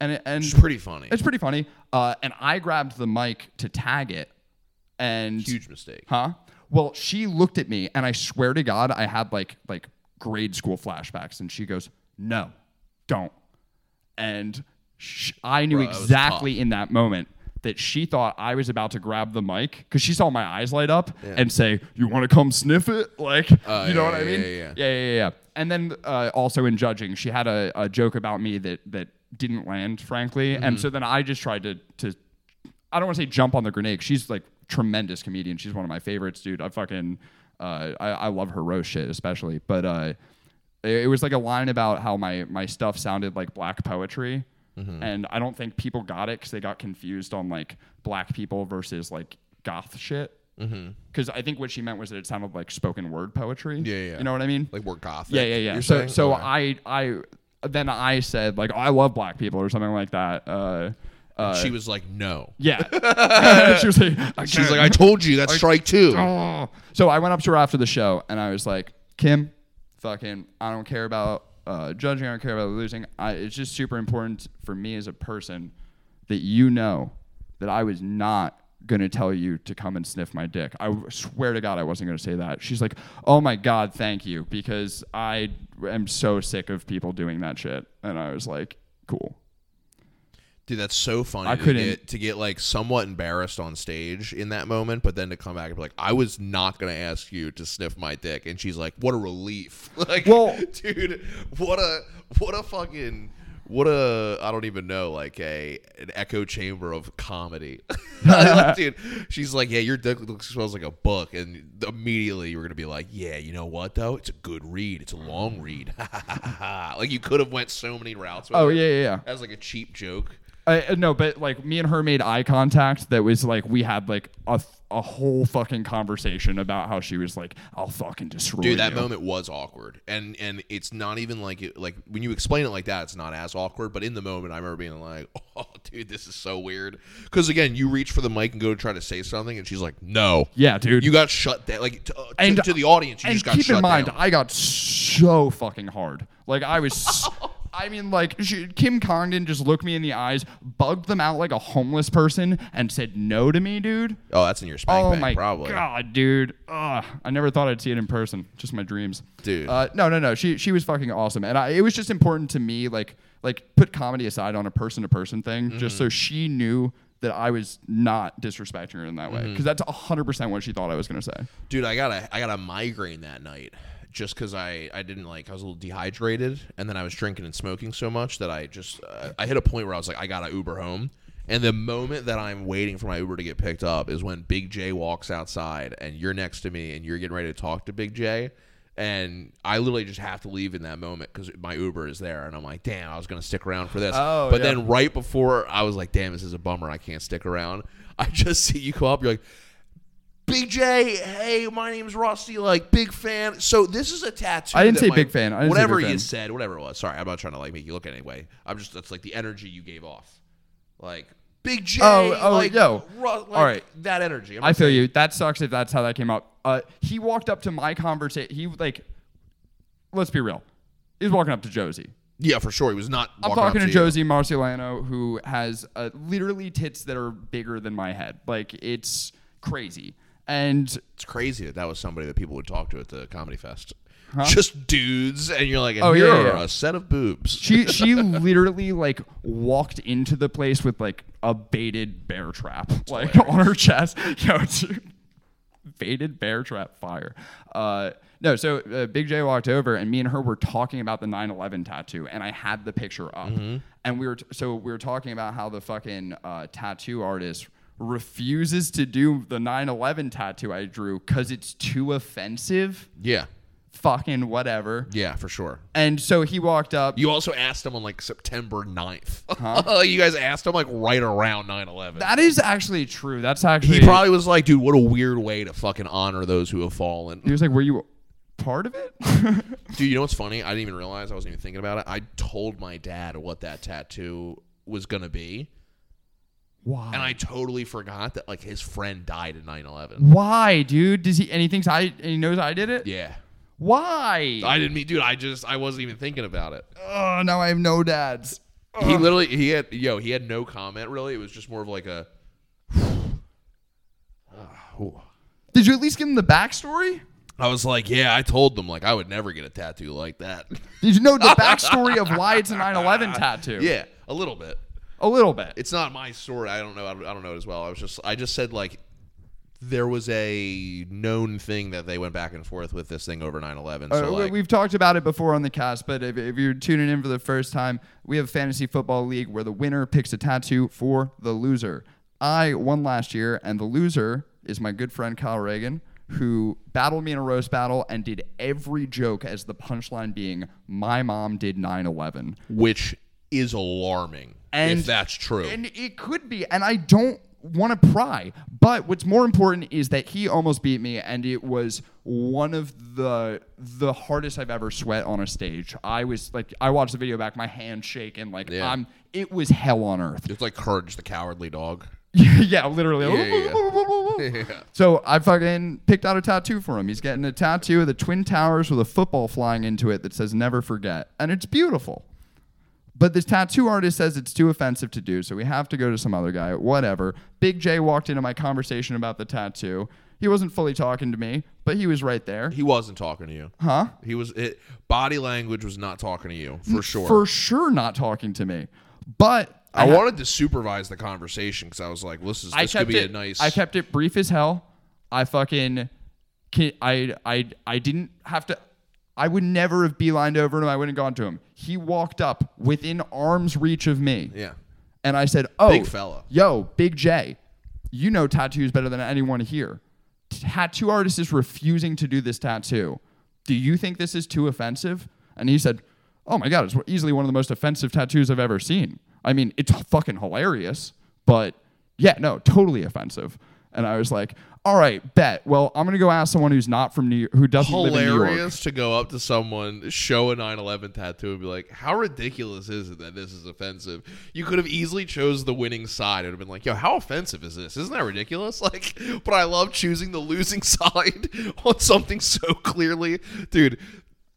And it- and it's pretty funny. it's pretty funny. Uh, and I grabbed the mic to tag it, and Huge mistake. Huh? Well, she looked at me and I swear to God, I had like like grade school flashbacks and she goes, "No. Don't." And sh- I knew Bro, that was exactly in that moment that she thought I was about to grab the mic cuz she saw my eyes light up and say, "You want to come sniff it?" like, you know Uh, yeah, what I yeah, mean? yeah, yeah. yeah, yeah, yeah. And then uh, also in judging, she had a, a joke about me that that didn't land, frankly. Mm-hmm. And so then I just tried to to I don't want to say jump on the grenade. 'cause She's like tremendous comedian. She's one of my favorites, dude. I fucking uh, I, I love her roast shit especially. But uh, it, it was like a line about how my my stuff sounded like black poetry. Mm-hmm. And I don't think people got it because they got confused on like black people versus like goth shit. Because Mm-hmm. I think what she meant was that it sounded like spoken word poetry. Yeah, yeah. You know what I mean? Like we're gothic. Yeah, yeah, yeah. You're so, saying? so Okay. I, I, then I said like, "Oh, I love black people or something like that. Uh, uh, she was like, no. yeah. she was like, She was like, I told you that's strike two. oh. So I went up to her after the show and I was like, Kim, fucking, I don't care about uh, judging. I don't care about losing. I, it's just super important for me as a person that you know that I was not gonna tell you to come and sniff my dick. I w- swear to God, I wasn't gonna say that. She's like, oh my God, thank you, because I am so sick of people doing that shit. And I was like, cool. Dude, that's so funny. I to couldn't- get, to get like somewhat embarrassed on stage in that moment, but then to come back and be like, "I was not going to ask you to sniff my dick," and she's like, "What a relief!" Like, Well- dude, what a what a fucking what a I don't even know like a an echo chamber of comedy. Like, dude, she's like, "Yeah, your dick looks smells like a book," and immediately you're gonna be like, "Yeah, you know what though? It's a good read. It's a long read." like you could have went so many routes. with Oh it yeah, yeah, yeah. as like a cheap joke. I, uh, no, but like me and her made eye contact. That was like we had like a th- a whole fucking conversation about how she was like, I'll fucking destroy Dude, that you. moment was awkward, and and it's not even like it, like when you explain it like that, it's not as awkward. But in the moment, I remember being like, "Oh, dude, this is so weird." Because again, you reach for the mic and go to try to say something, and she's like, "No, Yeah, dude. you got shut down." Like to, uh, to- And- to, the audience, you and just got keep shut in mind, down. I got so fucking hard. Like I was, s- I mean, like she, Kim Congdon just looked me in the eyes, bugged them out like a homeless person, and said no to me, dude. oh, that's in your spank Oh bank, my probably. god, dude! Ugh, I never thought I'd see it in person. Just my dreams, Dude. Uh, no, no, no. She she was fucking awesome, and I, it was just important to me, like like put comedy aside on a person to person thing, just Mm-hmm. so she knew that I was not disrespecting her in that Mm-hmm. way, because that's hundred percent what she thought I was gonna say. dude i got a i got a migraine that night just because i i didn't like i was a little dehydrated and then i was drinking and smoking so much that i just uh, i hit a point where i was like i gotta uber home and the moment that i'm waiting for my uber to get picked up is when big j walks outside and you're next to me and you're getting ready to talk to big j and I literally just have to leave in that moment because my Uber is there, and I'm like, "Damn, I was gonna stick around for this." Oh, but yeah. then right before I was like, "Damn, this is a bummer. I can't stick around." I just see you come up. You're like, BJ, hey, my name's Rusty. Like, big fan. So this is a tattoo. I didn't that say my- big fan. I didn't say whatever big you fan. said, whatever it was. Sorry, I'm not trying to like make you look anyway. I'm just that's like the energy you gave off. Like Big J. Oh, oh, like, yo. Ru- like, All right. that energy. I'm I not feel saying- you. That sucks if that's how that came up. Uh, he walked up to my conversation. He like, let's be real. He was walking up to Josie. Yeah, for sure. He was not. I'm walking up talking to, you. Josie Marciano, who has uh, literally tits that are bigger than my head. Like it's crazy. And It's crazy that that was somebody that people would talk to at the comedy fest. Just dudes, and you're like, and Oh, here yeah, are yeah. a set of boobs. she she literally like walked into the place with like a baited bear trap like on her chest. Yo, dude. baited bear trap fire. Uh, no, so uh, Big J walked over, and me and her were talking about the 9/11 tattoo, and I had the picture up, and we were t- so we were talking about how the fucking uh, tattoo artist refuses to do the 9/11 tattoo I drew because it's too offensive. yeah, Fucking whatever. yeah, for sure. And so he walked up. You also asked him on like September 9th. you guys asked him like right around 9 11. That is actually true. That's actually. He probably was like, dude, what a weird way to fucking honor those who have fallen. He was like, "Were you part of it?" Dude, you know what's funny? I didn't even realize I wasn't even thinking about it. I told my dad what that tattoo was going to be, Why? and I totally forgot that like his friend died in 9 11. Why, dude? Does he? And he thinks I. And he knows I did it. Yeah. Why? I didn't mean, dude, I just, I wasn't even thinking about it. Oh, now I have no dads. He literally, he had, yo, he had no comment really. It was just more of like a. Ooh. Did you at least give him the backstory? I was like, yeah, I told them like I would never get a tattoo like that. Did you know the backstory of why it's a 9/11 tattoo? yeah, a little bit. a little bit. It's not my story. I don't know. I don't, I don't know it as well. I was just I just said like there was a known thing that they went back and forth with this thing over 9/11. So Uh, we- like, we've talked about it before on the cast, but if, if you're tuning in for the first time, we have a fantasy football league where the winner picks a tattoo for the loser. I won last year, and the loser is my good friend Kyle Reagan, who battled me in a roast battle and did every joke as the punchline being, My mom did 9 11. which is alarming And- if that's true. And it could be, and I don't want to pry. But what's more important is that he almost beat me, and it was one of the the hardest I've ever sweat on a stage. I was like, I watched the video back, my hand shaking, like Yeah. I'm. It was hell on earth. it's like Courage the Cowardly Dog. yeah, literally. Yeah, So I fucking picked out a tattoo for him. He's getting a tattoo of the Twin Towers with a football flying into it that says "Never Forget," and it's beautiful. But this tattoo artist says it's too offensive to do, so we have to go to some other guy, whatever. Big J walked into my conversation about the tattoo. He wasn't fully talking to me, but he was right there. He wasn't talking to you. Huh? Mm, He was it, body language was not talking to you for sure. For sure not talking to me. But I ha- wanted to supervise the conversation because I was like, well, "This is I this could be it, a nice." I kept it brief as hell. I fucking ki- I I I didn't have to I would never have beelined over to him. I wouldn't have gone to him. He walked up within arm's reach of me. yeah, And I said, "Oh, Big fella. yo, Big J, you know tattoos better than anyone here. Tattoo artist is refusing to do this tattoo. Do you think this is too offensive?" And he said, "Oh my god, it's easily one of the most offensive tattoos I've ever seen. I mean, it's fucking hilarious, but yeah, no, totally offensive." And I was like, "All right, bet. Well, I'm gonna go ask someone who's not from New York, who doesn't live in New York." hilarious to go up to someone, show a 9/11 tattoo, and be like, "How ridiculous is it that this is offensive?" You could have easily chose the winning side. It would have been like, "Yo, how offensive is this? Isn't that ridiculous?" Like, but I love choosing the losing side on something so clearly, dude.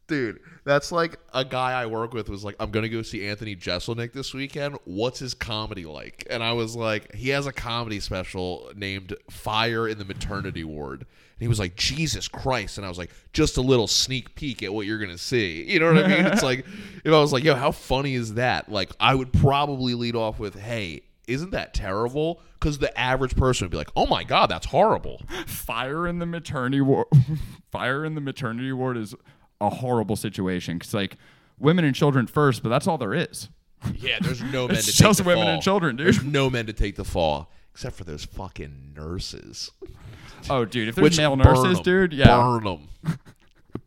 Dude, that's like a guy I work with was like, I'm gonna go see Anthony Jeselnik this weekend. What's his comedy like? And I was like, he has a comedy special named Fire in the Maternity Ward. And he was like, Jesus Christ. And I was like, just a little sneak peek at what you're gonna see. You know what I mean? it's like if I was like, yo, how funny is that? Like, I would probably lead off with, Hey, isn't that terrible? Because the average person would be like, Oh my god, that's horrible. Fire in the maternity ward. Fire in the maternity ward is a horrible situation because like women and children first, but that's all there is. Yeah, there's no men It's to take just the women fall. and children, dude. There's no men to take the fall except for those fucking nurses. Oh, dude, if there's Which male burn nurses, 'em. dude, yeah. burn them,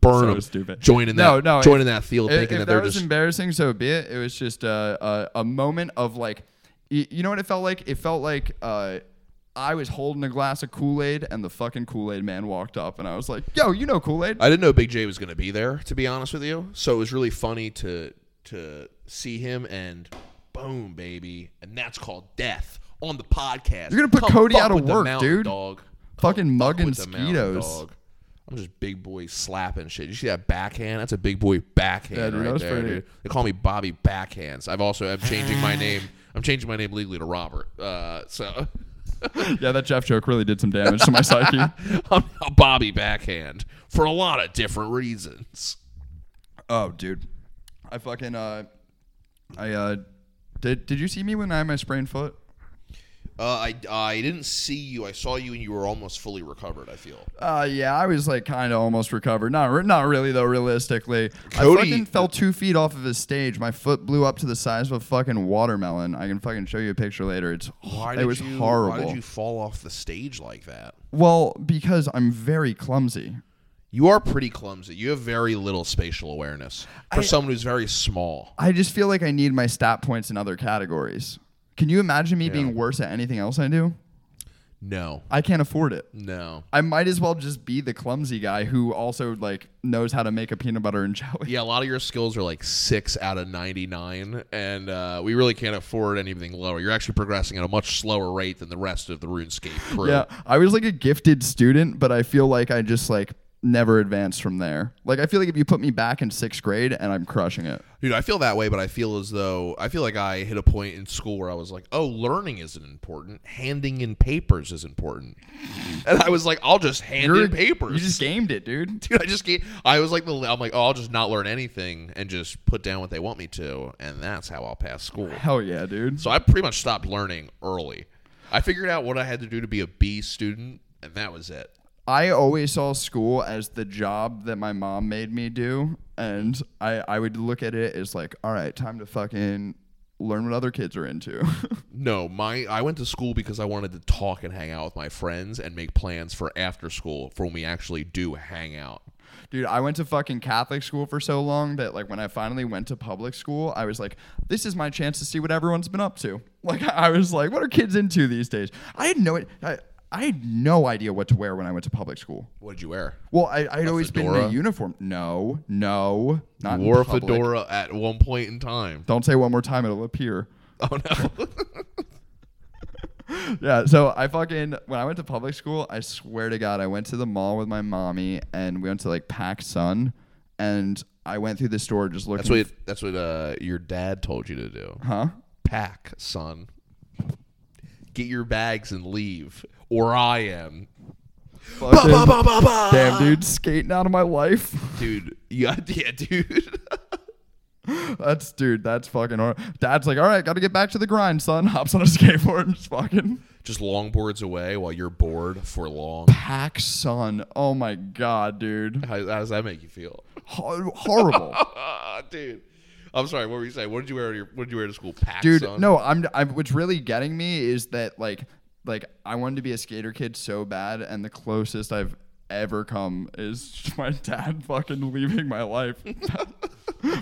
burn So 'em. stupid. Joining that, No, no, joining that field, If, thinking if that that, they're was just embarrassing, so be it. It was just uh, a a, a moment of like, y- you know what it felt like? It felt like uh, I was holding a glass of Kool Aid, and the fucking Kool Aid man walked up, and I was like, "Yo, you know Kool Aid?" I didn't know Big J was going to be there, to be honest with you. So it was really funny to to see him and boom, baby, and that's called death on the podcast. You're gonna put Come Cody fuck out of with the work, mountain dude. Dog. Fucking mugging With the mountain mosquitoes. dog. I'm just big boy slapping shit. You see that backhand? That's a big boy backhand Yeah, dude, that right was there, pretty- dude. They call me Bobby Backhands. I've also I'm changing my name. I'm changing my name legally to Robert. Uh, so yeah, that Jeff joke really did some damage to my psyche. I'm a Bobby Backhand for a lot of different reasons. Oh, dude, I fucking uh, I uh, did did you see me when I had my sprained foot? Uh, I, I didn't see you. I saw you, and you were almost fully recovered. I feel. Uh, yeah, I was like kind of almost recovered. Not, re- not really though. Realistically, I Cody- fucking fell two feet off of a stage. My foot blew up to the size of a fucking watermelon. I can fucking show you a picture later. It's it was horrible. Why did you fall off the stage like that? well, because I'm very clumsy. You are pretty clumsy. You have very little spatial awareness for someone who's very small. I just feel like I need my stat points in other categories. Can you imagine me being worse at anything else I do? No, I can't afford it. no. I might as well just be the clumsy guy who also like knows how to make a peanut butter and jelly. Yeah, a lot of your skills are like six out of ninety-nine, and uh, we really can't afford anything lower. You're actually progressing at a much slower rate than the rest of the RuneScape crew. Yeah, I was like a gifted student, but I feel like I just like never advanced from there. Like I feel like if you put me back in sixth grade and I'm crushing it. Dude, I feel that way, but I feel as though I feel like I hit a point in school where I was like, "Oh, learning isn't important. Handing in papers is important." And I was like, "I'll just hand in papers." You just gamed it, dude. Dude, I just get, I was like, the, I'm like, "Oh, I'll just not learn anything and just put down what they want me to, and that's how I'll pass school." Hell yeah, dude. So I pretty much stopped learning early. I figured out what I had to do to be a B student, and that was it. I always saw school as the job that my mom made me do, and I I would look at it as like, all right, time to fucking learn what other kids are into. No, my I went to school because I wanted to talk and hang out with my friends and make plans for after school for when we actually do hang out. Dude, I went to fucking Catholic school for so long that like when I finally went to public school, I was like, this is my chance to see what everyone's been up to. Like I was like, what are kids into these days? I had no I, I had no idea what to wear when I went to public school. What did you wear? Well, I, I'd always been in a fedora? uniform. No, no, not in Wore a public. fedora at one point in time. Don't say one more time; it'll appear. Oh no! yeah, so I fucking when I went to public school, I swear to God, I went to the mall with my mommy and we went to like Pac Sun, and I went through the store just looking. That's what that's what uh, your dad told you to do. huh? Pack, son. Get your bags and leave, or I am. Ba, Fucking- ba, ba, ba, ba. Damn, dude, skating out of my life. dude. Yeah, yeah, dude. that's dude. That's fucking. Hor- Dad's like, all right, got to get back to the grind, son. Hops on a skateboard and just fucking Just longboards away while you're bored for long. pack, son. Oh my god, dude, How, how does that make you feel, Ah, Hor- horrible. dude? I'm sorry. What were you saying? What did you wear? To your, what did you wear to school? Pack, dude son? no I'm, I'm what's really getting me is that like like i wanted to be a skater kid so bad and the closest i've ever come is just my dad fucking leaving my life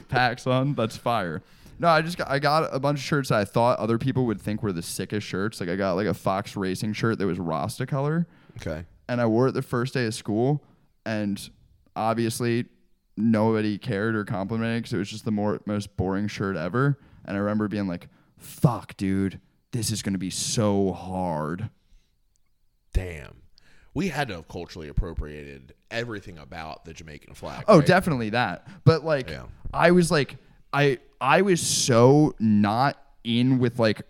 packs on that's fire no i just got, i got a bunch of shirts that i thought other people would think were the sickest shirts like i got like a fox racing shirt that was rasta color Okay. and I wore it the first day of school, and obviously nobody cared or complimented because it was just the more most boring shirt ever. And I remember being like, "Fuck, dude, this is gonna be so hard." Damn. We had to have culturally appropriated everything about the Jamaican flag. Oh, right? definitely that. But like, Yeah. I was like, I I was so not in with like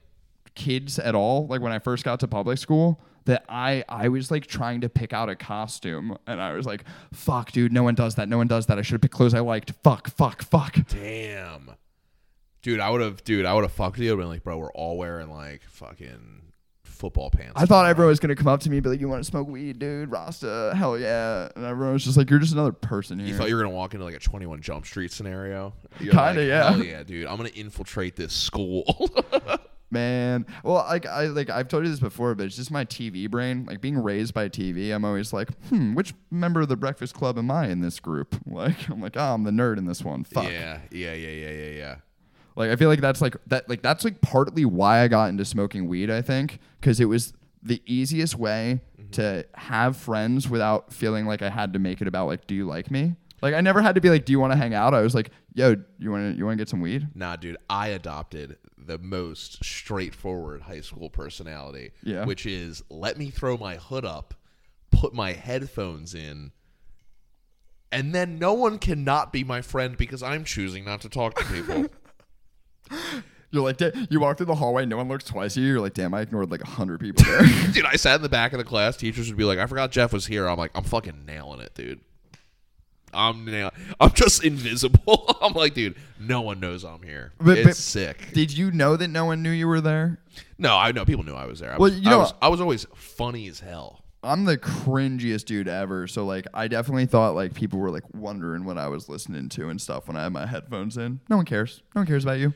kids at all. Like when I first got to public school, that I I was like trying to pick out a costume, and I was like, "Fuck, dude, no one does that. No one does that. I should have picked clothes I liked. Fuck, fuck, fuck." Damn. Dude, I would have dude, I would have fucked you up and been like, bro, we're all wearing like fucking football pants. I thought everyone was gonna come up to me and be like, "You want to smoke weed, dude? Rasta, hell yeah!" And everyone was just like, "You're just another person you here." thought you were gonna walk into like a twenty one jump street scenario. You're Kinda, like, yeah. Hell yeah, dude. I'm gonna infiltrate this school. Man, well, like I like I've told you this before, but it's just my TV brain. Like being raised by TV, I'm always like, hmm, which member of the Breakfast Club am I in this group? Like I'm like, oh, I'm the nerd in this one. Fuck. Yeah, yeah, yeah, yeah, yeah, yeah. Like I feel like that's like that like that's like partly why I got into smoking weed. I think because it was the easiest way to have friends without feeling like I had to make it about like, do you like me? Like I never had to be like, do you want to hang out? I was like, yo, you want to you want to get some weed? Nah, dude, I adopted the most straightforward high school personality, Yeah. which is let me throw my hood up, put my headphones in, and then no one cannot be my friend because I'm choosing not to talk to people. You're like, da- you walk through the hallway, no one looks twice at you. You're like, damn, I ignored like hundred people there. dude, I sat in the back of the class. Teachers would be like, "I forgot Jeff was here." I'm like, "I'm fucking nailing it, dude. I'm nail- I'm just invisible." I'm like, dude, no one knows I'm here. But- it's but- sick. Did you know that no one knew you were there? No, I know people knew I was there. I Well, was- you I know- was, I was always funny as hell. I'm the cringiest dude ever, so like I definitely thought like people were like wondering what I was listening to and stuff when I had my headphones in. No one cares. No one cares about you.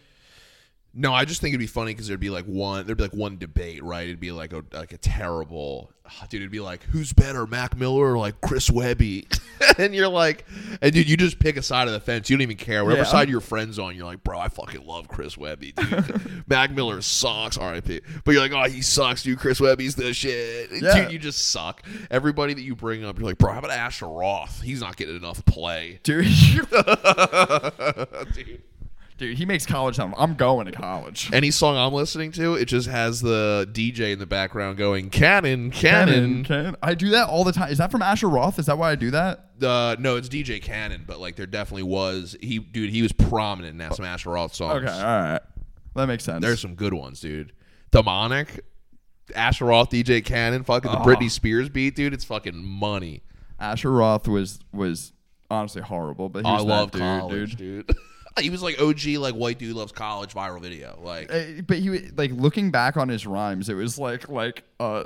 No, I just think it'd be funny because there'd be like one, there'd be like one debate, right? It'd be like a like a terrible ah, dude. It'd be like, who's better, Mac Miller or like Chris Webby? and you're like, and dude, you just pick a side of the fence. You don't even care. Whatever Yeah. side your friends on, you're like, bro, I fucking love Chris Webby, dude. Mac Miller sucks, R.I.P. But you're like, oh, he sucks, dude. Chris Webby's the shit, Yeah. dude. You just suck. Everybody that you bring up, you're like, bro, how about Asher Roth? He's not getting enough play, Dude, dude. dude, he makes college sound. I'm going to college. any song I'm listening to, it just has the DJ in the background going Cannon, Cannon. Cannon. I do that all the time. Is that from Asher Roth? Is that why I do that? Uh, no, it's DJ Cannon, but like there definitely was he, dude. He was prominent in that some Asher Roth songs. Okay, all right, that makes sense. There's some good ones, dude. Demonic, Asher Roth, DJ Cannon, fucking the Britney Spears beat, dude. It's fucking money. Asher Roth was was honestly horrible, but he I was that love dude, college, dude. dude. he was like OG, like white dude loves college viral video, like. Uh, but he w- like looking back on his rhymes, it was like like uh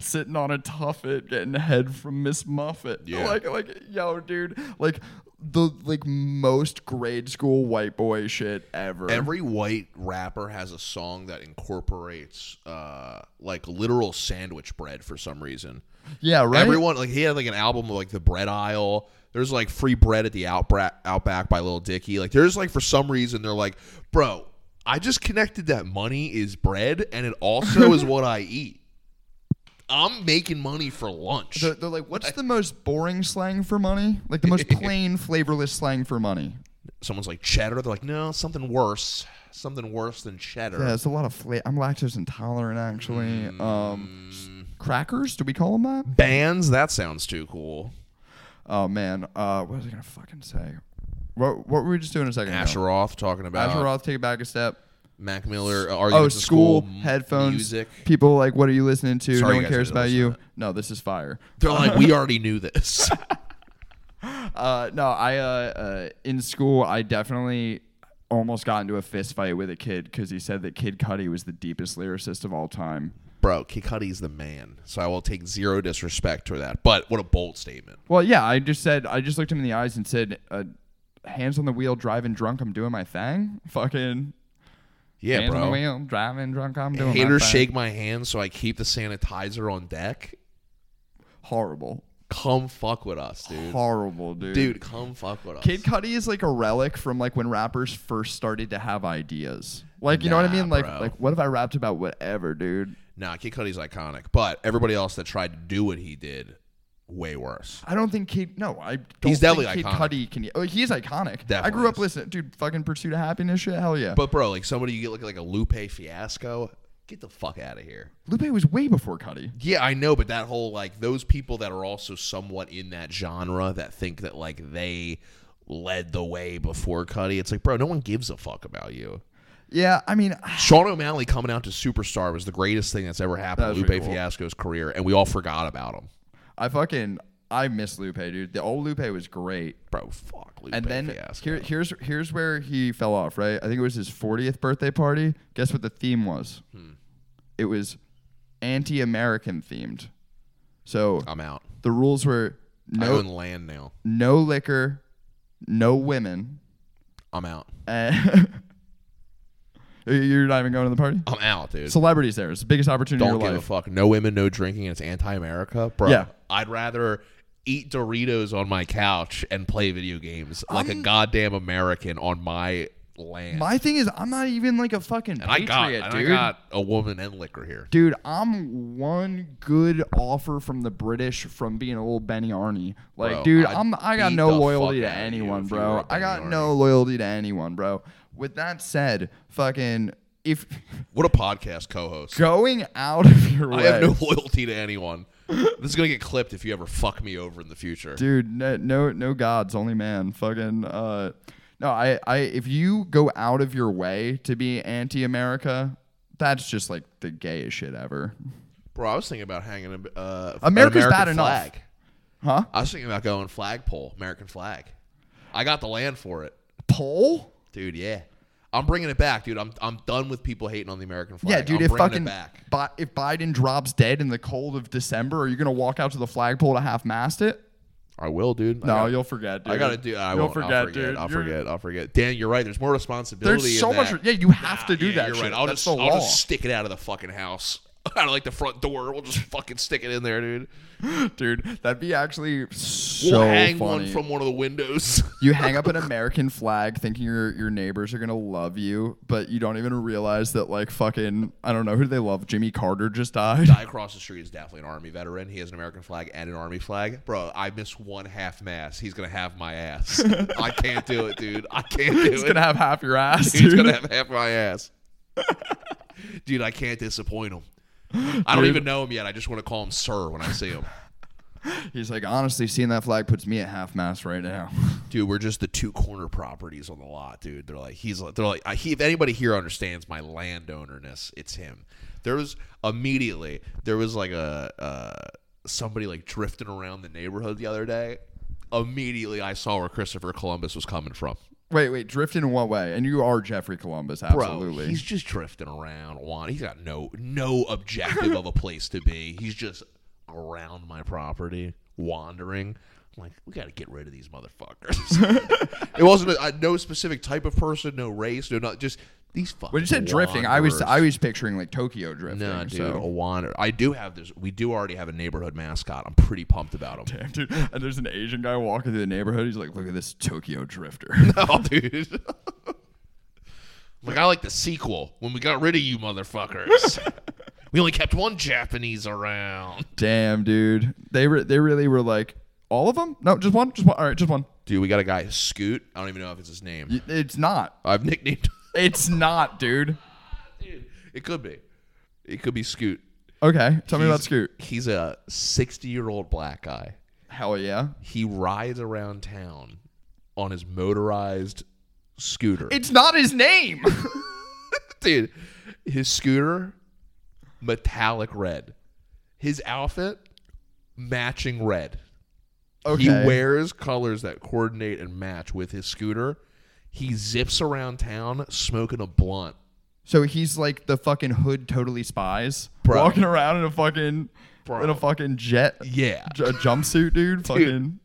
sitting on a tuffet, getting head from Miss Muffet. Yeah. Like like yo, dude, like the like most grade school white boy shit ever. Every white rapper has a song that incorporates uh, like literal sandwich bread for some reason. yeah, right. Everyone like he had like an album of like the bread aisle. There's like free bread at the outback outback by Lil Dicky. Like there's like for some reason they're like, bro, I just connected that money is bread and it also is what I eat. I'm making money for lunch. they're, they're like, what's the most boring slang for money? Like the most plain, flavorless slang for money. Someone's like cheddar. They're like, no, something worse. Something worse than cheddar. Yeah, it's a lot of fla- I'm lactose intolerant, actually. Um, s- crackers? Do we call them that? Bands. That sounds too cool. Oh man, uh, what was I gonna fucking say? What, what were we just doing a second ago? Asheroth talking about Asheroth, take it back a step. Mac Miller uh, Oh, arguments in school, m- headphones, music. people like, what are you listening to? Sorry, you no one guys cares didn't about listen you. to No, this is fire. They're like, we already knew this. Uh, no, I uh, uh, in school I definitely almost got into a fist fight with a kid because he said that Kid Cudi was the deepest lyricist of all time. Bro, Kid Cudi's the man, so I will take zero disrespect to that. But what a bold statement. Well, yeah, I just said I just looked him in the eyes and said, uh, "Hands on the wheel, driving drunk, I'm doing my thing." Fucking Yeah, hands on the bro. wheel, driving drunk, I'm doing my Haters thing. shake my hand so I keep the sanitizer on deck. Horrible, Come fuck with us, dude. horrible, dude. Dude, come fuck with us. Kid Cudi is like a relic from like when rappers first started to have ideas. Like, you know what I Nah, mean? Like, bro. like what if I rapped about whatever, dude? Nah, Kid Cudi's iconic, but everybody else that tried to do what he did, way worse. I don't think Kid. No, I. Don't He's think definitely Kid iconic. Cudi can. Oh, he's iconic. I Definitely grew up is. listening, dude. Fucking Pursuit of Happiness, shit. Hell yeah. But But bro, like somebody you get like like a Lupe Fiasco, get the fuck out of here. Lupe was way before Cudi. Yeah, I know, but that whole like those people that are also somewhat in that genre that think that like they led the way before Cuddy, it's like, bro, no one gives a fuck about you. Yeah, I mean, Sean O'Malley coming out to Superstar was the greatest thing that's ever That happened to was Lupe pretty cool. Fiasco's career, and we all forgot about him. I fucking I miss Lupe, dude. The old Lupe was great. Bro, fuck Lupe And then Fiasco. here, here's here's where he fell off, right? I think it was his 40th birthday party. Guess what the theme was? Hmm. It was anti-American themed. So I'm out. the rules were Oh. I no own land now. no liquor, no women. I'm out. And You're not even going to the party. I'm out, dude. Celebrities there. It's the biggest opportunity Don't of your give a life. fuck. No women, no drinking, and it's anti-America, bro. Yeah. I'd rather eat Doritos on my couch and play video games like a goddamn American on my land. My thing is, I'm not even like a fucking and I patriot, got, and I dude. got a woman and liquor here. Dude, I'm one good offer from the British from being a little Benny Arnie. Like, Bro, dude, I'd I'm I got beat no the loyalty fuck to outta you anyone, if you were bro. a I Benny got Arnie. no loyalty to anyone, bro. With that said, fucking if What a podcast co-host. going out of your way, I have no loyalty to anyone. this is gonna get clipped if you ever fuck me over in the future. dude no, no no gods only man fucking uh no i i if you go out of your way to be anti-america that's just like the gayest shit ever Bro, I was thinking about hanging a uh, an America's American bad enough. flag. huh I was thinking about going flagpole, American flag. I got the land for it. pole Dude, yeah. I'm bringing it back, dude. I'm I'm done with people hating on the American flag. yeah dude I'm if bringing fucking it back. Bi- if biden drops dead in the cold of december are you gonna walk out to the flagpole to half-mast it I will, dude. no I got you'll forget dude I gotta do. I you'll won't. forget I'll forget. dude I'll You're- forget. I'll forget. Dan, you're right. There's more responsibility. there's in so much that. yeah you have to do Yeah, that You're shit. right. I'll That's just the I'll law. just stick it out of the fucking house, out of like the front door. We'll just fucking stick it in there, dude. dude that'd be actually so We'll hang funny. one from one of the windows. You hang up an American flag thinking your your neighbors are gonna love you, but you don't even realize that like fucking I don't know who do they love. Jimmy Carter just died. Guy across the street is definitely an army veteran. He has an American flag and an army flag. Bro, I miss one half mass. He's gonna have my ass. I can't do it, dude. I can't do He's it. gonna have half your ass, dude. He's gonna have half my ass. Dude, I can't disappoint him. I don't even know him yet. I just want to call him sir when I see him. He's like, honestly, seeing that flag puts me at half mast right now. Dude, we're just the two corner properties on the lot, dude. They're like he's like- they're like I, he, if anybody here understands my landownerness, it's him. There was immediately there was like a uh, somebody like drifting around the neighborhood the other day. Immediately, I saw where Christopher Columbus was coming from. wait, wait, drift in what way? And you are Jeffrey Columbus, Bro, absolutely. he's just drifting around. Juan. He's got no no objective of a place to be. He's just around my property, wandering. I'm like, we got to get rid of these motherfuckers. it wasn't a, uh, no specific type of person, no race, no not just these fucking. when you said drifting, I was wanderers. I was picturing like Tokyo drifting. Nah, dude, a So. wander. I do have this. We do already have a neighborhood mascot. I'm pretty pumped about him. Dude, and there's an Asian guy walking through the neighborhood. He's like, "Look at this Tokyo drifter." oh, dude. like I like the sequel when we got rid of you motherfuckers. we only kept one Japanese around. Damn, dude. They re- they really were like, all of them? No, just one. Just one. All right, just one. Dude, we got a guy, Scoot. I don't even know if it's his name. Y- It's not. I've nicknamed. It's not, dude. Dude, it could be. It could be Scoot. Okay, tell me He's- about Scoot. He's a 60 year old black guy. Hell yeah. He rides around town on his motorized scooter. It's not his name. Dude, his scooter, metallic red. His outfit, matching red. He wears colors that coordinate and match with his scooter. He zips around town smoking a blunt. so he's like the fucking hood totally spies Bro. walking around in a fucking Bro. in a fucking jet Yeah. j- a jumpsuit, dude. Fucking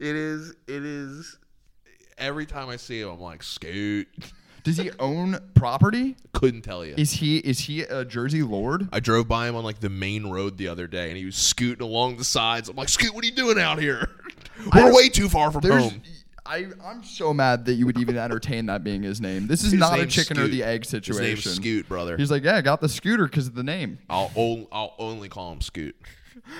It is it is every time I see him I'm like, scoot. Does he own property? Couldn't tell you. Is he is he a Jersey lord? I drove by him on like the main road the other day, and he was scooting along the sides. I'm like, Scoot, what are you doing out here? We're don't- way too far from There's home. I I'm so mad that you would even entertain that being his name. This is His not a name's chicken or Scoot. the egg His situation. name's Scoot, brother. He's like, yeah, I got the scooter because of the name. I'll, o- I'll only call him Scoot.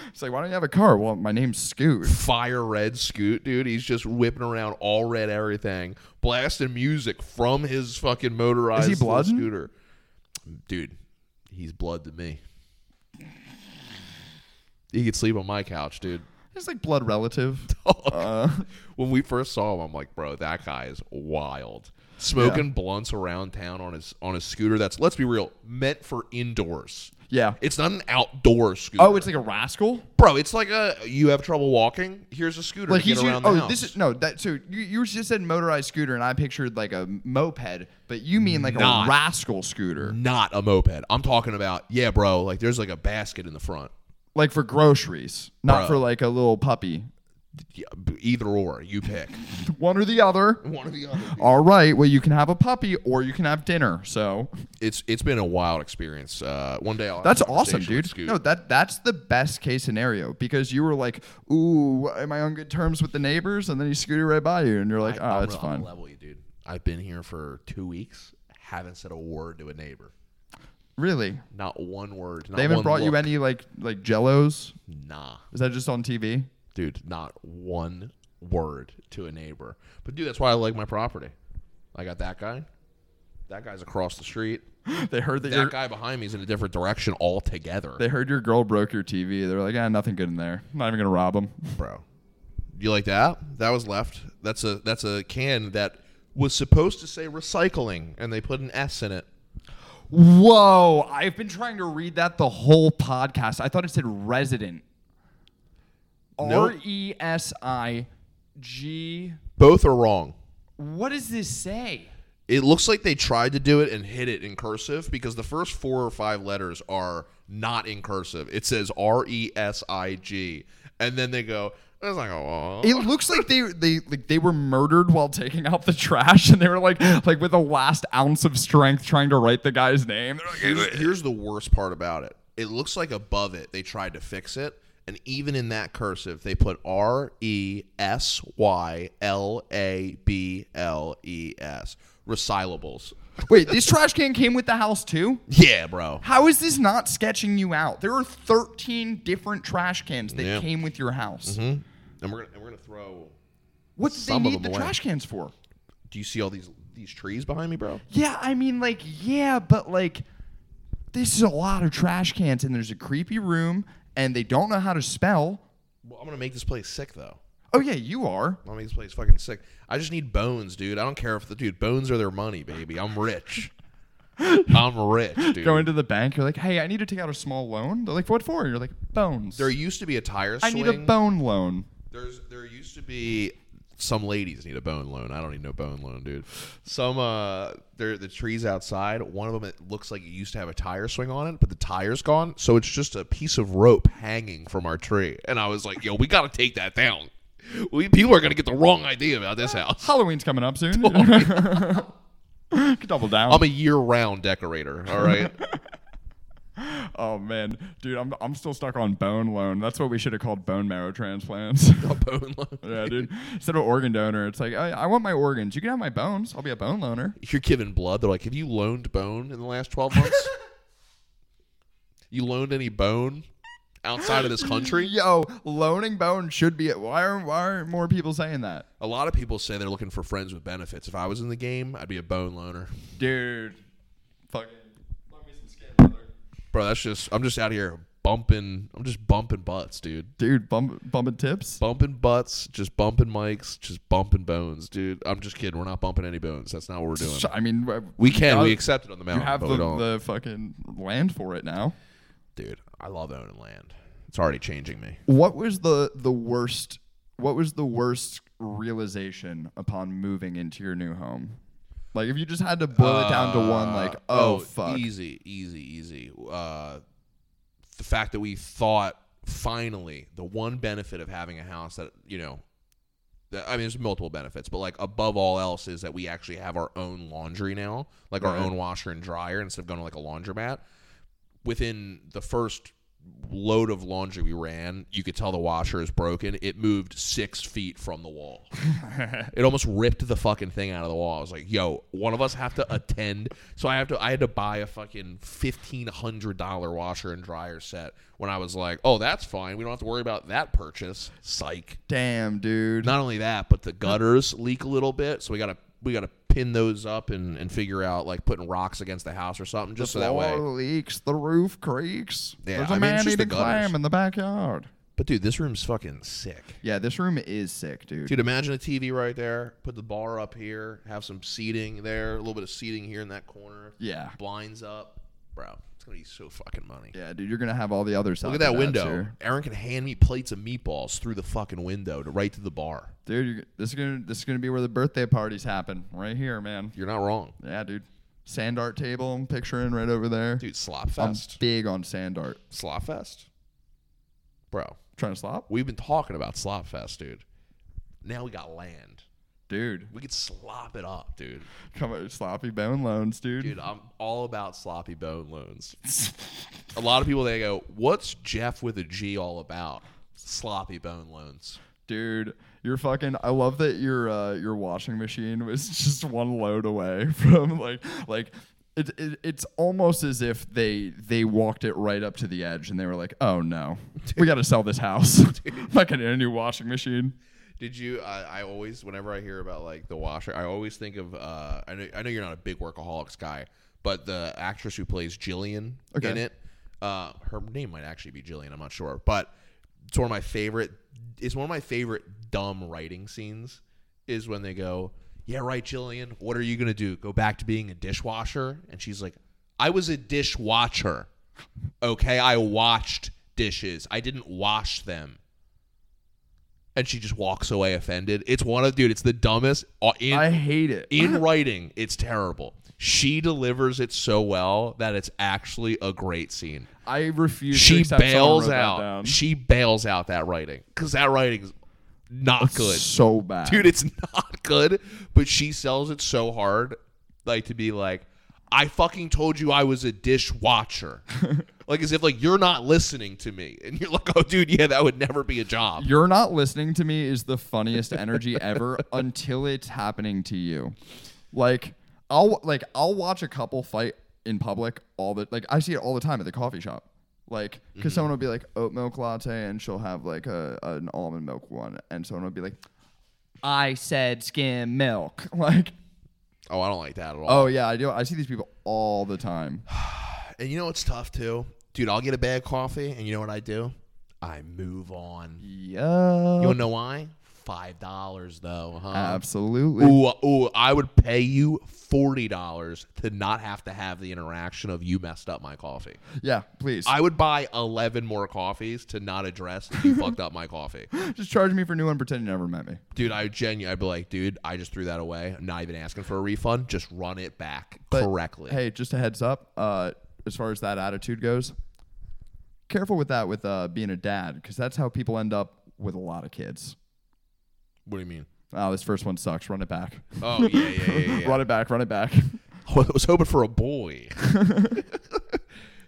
It's like, why don't you have a car? Well, my name's Scoot. Fire red Scoot, dude. He's just whipping around all red everything, blasting music from his fucking motorized little blooding? scooter. Dude, he's blood to me. He could sleep on my couch, dude. He's like blood relative. when we first saw him, I'm like, bro, that guy is wild. Smoking blunts around town on his on a scooter that's let's be real, meant for indoors. Yeah. It's not an outdoor scooter. Oh, it's like a rascal. bro, it's like a you have trouble walking. Here's a scooter Like to he's get around oh, the house. this is no that so you, you just said motorized scooter and I pictured like a moped, but you mean like Not. a rascal scooter, not a moped. I'm talking about yeah, bro. Like there's like a basket in the front. like for groceries, not Bro. for like a little puppy. Yeah, b- Either or, you pick One or the other. one or the other. All right, well you can have a puppy or you can have dinner. So It's it's been a wild experience. Uh, one day I'll have That's a awesome, conversation with dude. Scoot. No, uh, that that's the best case scenario because you were like, "Ooh, am I on good terms with the neighbors?" And then he scooted right by you, and you're like, I'm "Oh, that's real- I'm fine." level you, dude. I've been here for two weeks. Haven't said a word to a neighbor. Really? Not one word. Not They haven't one brought you look. any like like Jellos? Nah, Is that just on TV? dude. Not one word to a neighbor. But dude, that's why I like my property. I got that guy. That guy's across the street. They heard that, your That guy behind me is in a different direction altogether, they heard your girl broke your TV. They're like, "Ah, nothing good in there. I'm not even gonna rob them." bro. You like that? That was left. That's a that's a can that was supposed to say recycling, and they put an S in it. Whoa! I've been trying to read that the whole podcast. I thought it said resident. Nope. R E S I G. Both are wrong. What does this say? It looks like they tried to do it and hit it in cursive because the first four or five letters are not in cursive. It says R E S I G, and then they go. It's like, oh, It looks like they they like they were murdered while taking out the trash, and they were like like with the last ounce of strength trying to write the guy's name. They're like, here's, here's the worst part about it. It looks like above it they tried to fix it, and even in that cursive they put R E S Y L A B L E S recyclables. Wait, this trash can came with the house too. Yeah, bro. How is this not sketching you out? There are 13 different trash cans that Yeah. came with your house. And we're gonna and we're gonna throw. What did they Some of need them the away. trash cans for? Do you see all these these trees behind me, bro? Yeah, I mean, like, yeah, but like, this is a lot of trash cans, and there's a creepy room, and they don't know how to spell. Well, I'm gonna make this place sick though. Oh yeah, you are. I mean, this place fucking sick. I just need bones, dude. I don't care if the dude bones are their money, baby. I'm rich. I'm rich, dude. Go into the bank. You're like, hey, I need to take out a small loan. They're like, what for? You're like, bones. there used to be a tire I swing. need a bone loan. There's there used to be some ladies need a bone loan. I don't need no bone loan, dude. Some uh, there the trees outside. One of them it looks like it used to have a tire swing on it, but the tire's gone, so it's just a piece of rope hanging from our tree. And I was like, yo, we gotta take that down. We people are gonna get the wrong idea about this house. Halloween's coming up soon. Oh, Double down. I'm a year-round decorator. All right. oh man, dude, I'm I'm still stuck on bone loan. That's what we should have called bone marrow transplants. a bone loan. yeah, dude. Instead of organ donor, it's like I, I want my organs. You can have my bones. I'll be a bone loaner. You're giving blood. They're like, have you loaned bone in the last 12 months? you loaned any bone outside of this country? Yo, loaning bone should be it. Why are why aren't more people saying that, A lot of people say they're looking for friends with benefits. If I was in the game, I'd be a bone loaner. dude? Fucking. Bro, that's just, I'm just out here bumping. I'm just bumping butts, dude. dude. Bump, bumping tips. Bumping butts, just bumping mics, just bumping bones, dude. I'm just kidding. We're not bumping any bones. That's not what we're doing. I mean, w- We can. you We have- accept it on the uh, you mountain, have but the, we don't. the fucking land for it now. dude, I love owning land. It's already changing me. What was the the worst? What was the worst realization upon moving into your new home? Like, if you just had to boil it down to one, like, Uh, oh, fuck, Easy, easy, easy. Uh, the fact that we thought finally the one benefit of having a house that you know, that, I mean, there's multiple benefits, but like above all else is that we actually have our own laundry now, like our Right. own washer and dryer instead of going to like a laundromat. Within the first load of laundry we ran, you could tell the washer is broken. It moved six feet from the wall. It almost ripped the fucking thing out of the wall. I was like, "Yo, one of us have to attend." So I have to. I had to buy a fucking fifteen hundred dollar washer and dryer set. When I was like, "Oh, that's fine. We don't have to worry about that purchase." Psych. damn, dude. Not only that, but the gutters leak a little bit, so we gotta we gotta pin those up and and figure out like putting rocks against the house or something, just so that way. Floor leaks, the roof creaks. Yeah, There's I a mean, it's man just the eating gutters. clam in the backyard. But dude, this room's fucking sick. Yeah, this room is sick, dude. Dude, imagine a TV right there. Put the bar up here. Have some seating there. A little bit of seating here in that corner. Yeah, blinds up, bro. It's gonna be so fucking money. yeah, dude. You're gonna have all the other side. Look at that window. Aaron can hand me plates of meatballs through the fucking window to right to the bar. dude. You're, this is gonna this is gonna be where the birthday parties happen, right here, man. You're not wrong, Yeah, dude. Sand art table, I'm picturing right over there. dude. Slop I'm fest, big on sand art. slop fest, bro. Trying to slop, We've been talking about slop fest, dude. Now we got land. dude. We could slop it up, dude. Come on, sloppy bone loans, dude. Dude, I'm all about sloppy bone loans. A lot of people they go, "What's Jeff with a G all about?" Sloppy bone loans. Dude, you're fucking. I love that your uh, your washing machine was just one load away from like like. It, it, it's almost as if they they walked it right up to the edge and they were like, oh no, we got to sell this house. Fucking get a new washing machine. Did you? I, I always, whenever I hear about like the washer, I always think of. Uh, I know, I know you're not a big workaholics guy, but the actress who plays Jillian Okay. in it, uh, her name might actually be Jillian. I'm not sure, but it's one of my favorite. It's one of my favorite dumb writing scenes. Is when they go, "Yeah, right, Jillian. What are you gonna do? Go back to being a dishwasher?" And she's like, "I was a dishwatcher. Okay, I watched dishes. I didn't wash them." and she just walks away offended. It's one of dude. It's the dumbest uh, in I hate it. in writing. It's terrible. She delivers it so well that it's actually a great scene. I refuse. to She accept someone bails wrote that out. down. She bails out that writing because that writing's not good, So bad, dude. It's not good, but she sells it so hard, like to be like, "I fucking told you I was a dishwatcher." Like as if like you're not listening to me, and you're like, "Oh, dude, yeah, that would never be a job." You're not listening to me is the funniest energy ever until it's happening to you. Like I'll like I'll watch a couple fight in public all the like I see it all the time at the coffee shop. Like, Mm-hmm. because someone will be like oat milk latte, and she'll have like a an almond milk one, and someone will be like, "I said skim milk." Like, Oh, I don't like that at all. oh yeah, I do. I see these people all the time. And you know what's tough too? Dude, I'll get a bad coffee and you know what I do? I move on. Yeah, You wanna know why? Five dollars though, Oh. huh? absolutely. Ooh, uh, ooh, I would pay you forty dollars to not have to have the interaction of you messed up my coffee. Yeah, please. I would buy eleven more coffees to not address that you fucked up my coffee. Just charge me for a new one. Pretend you never met me. Dude, I would genuinely I'd be like, dude, I just threw that away. I'm not even asking for a refund. Just run it back But, correctly. Hey, just a heads up. Uh, as far as that attitude goes, careful with that with uh, being a dad, because that's how people end up with a lot of kids. What do you mean? Oh, this first one sucks. Run it back. Oh yeah, yeah, yeah, yeah. Run it back. Run it back. I was hoping for a boy.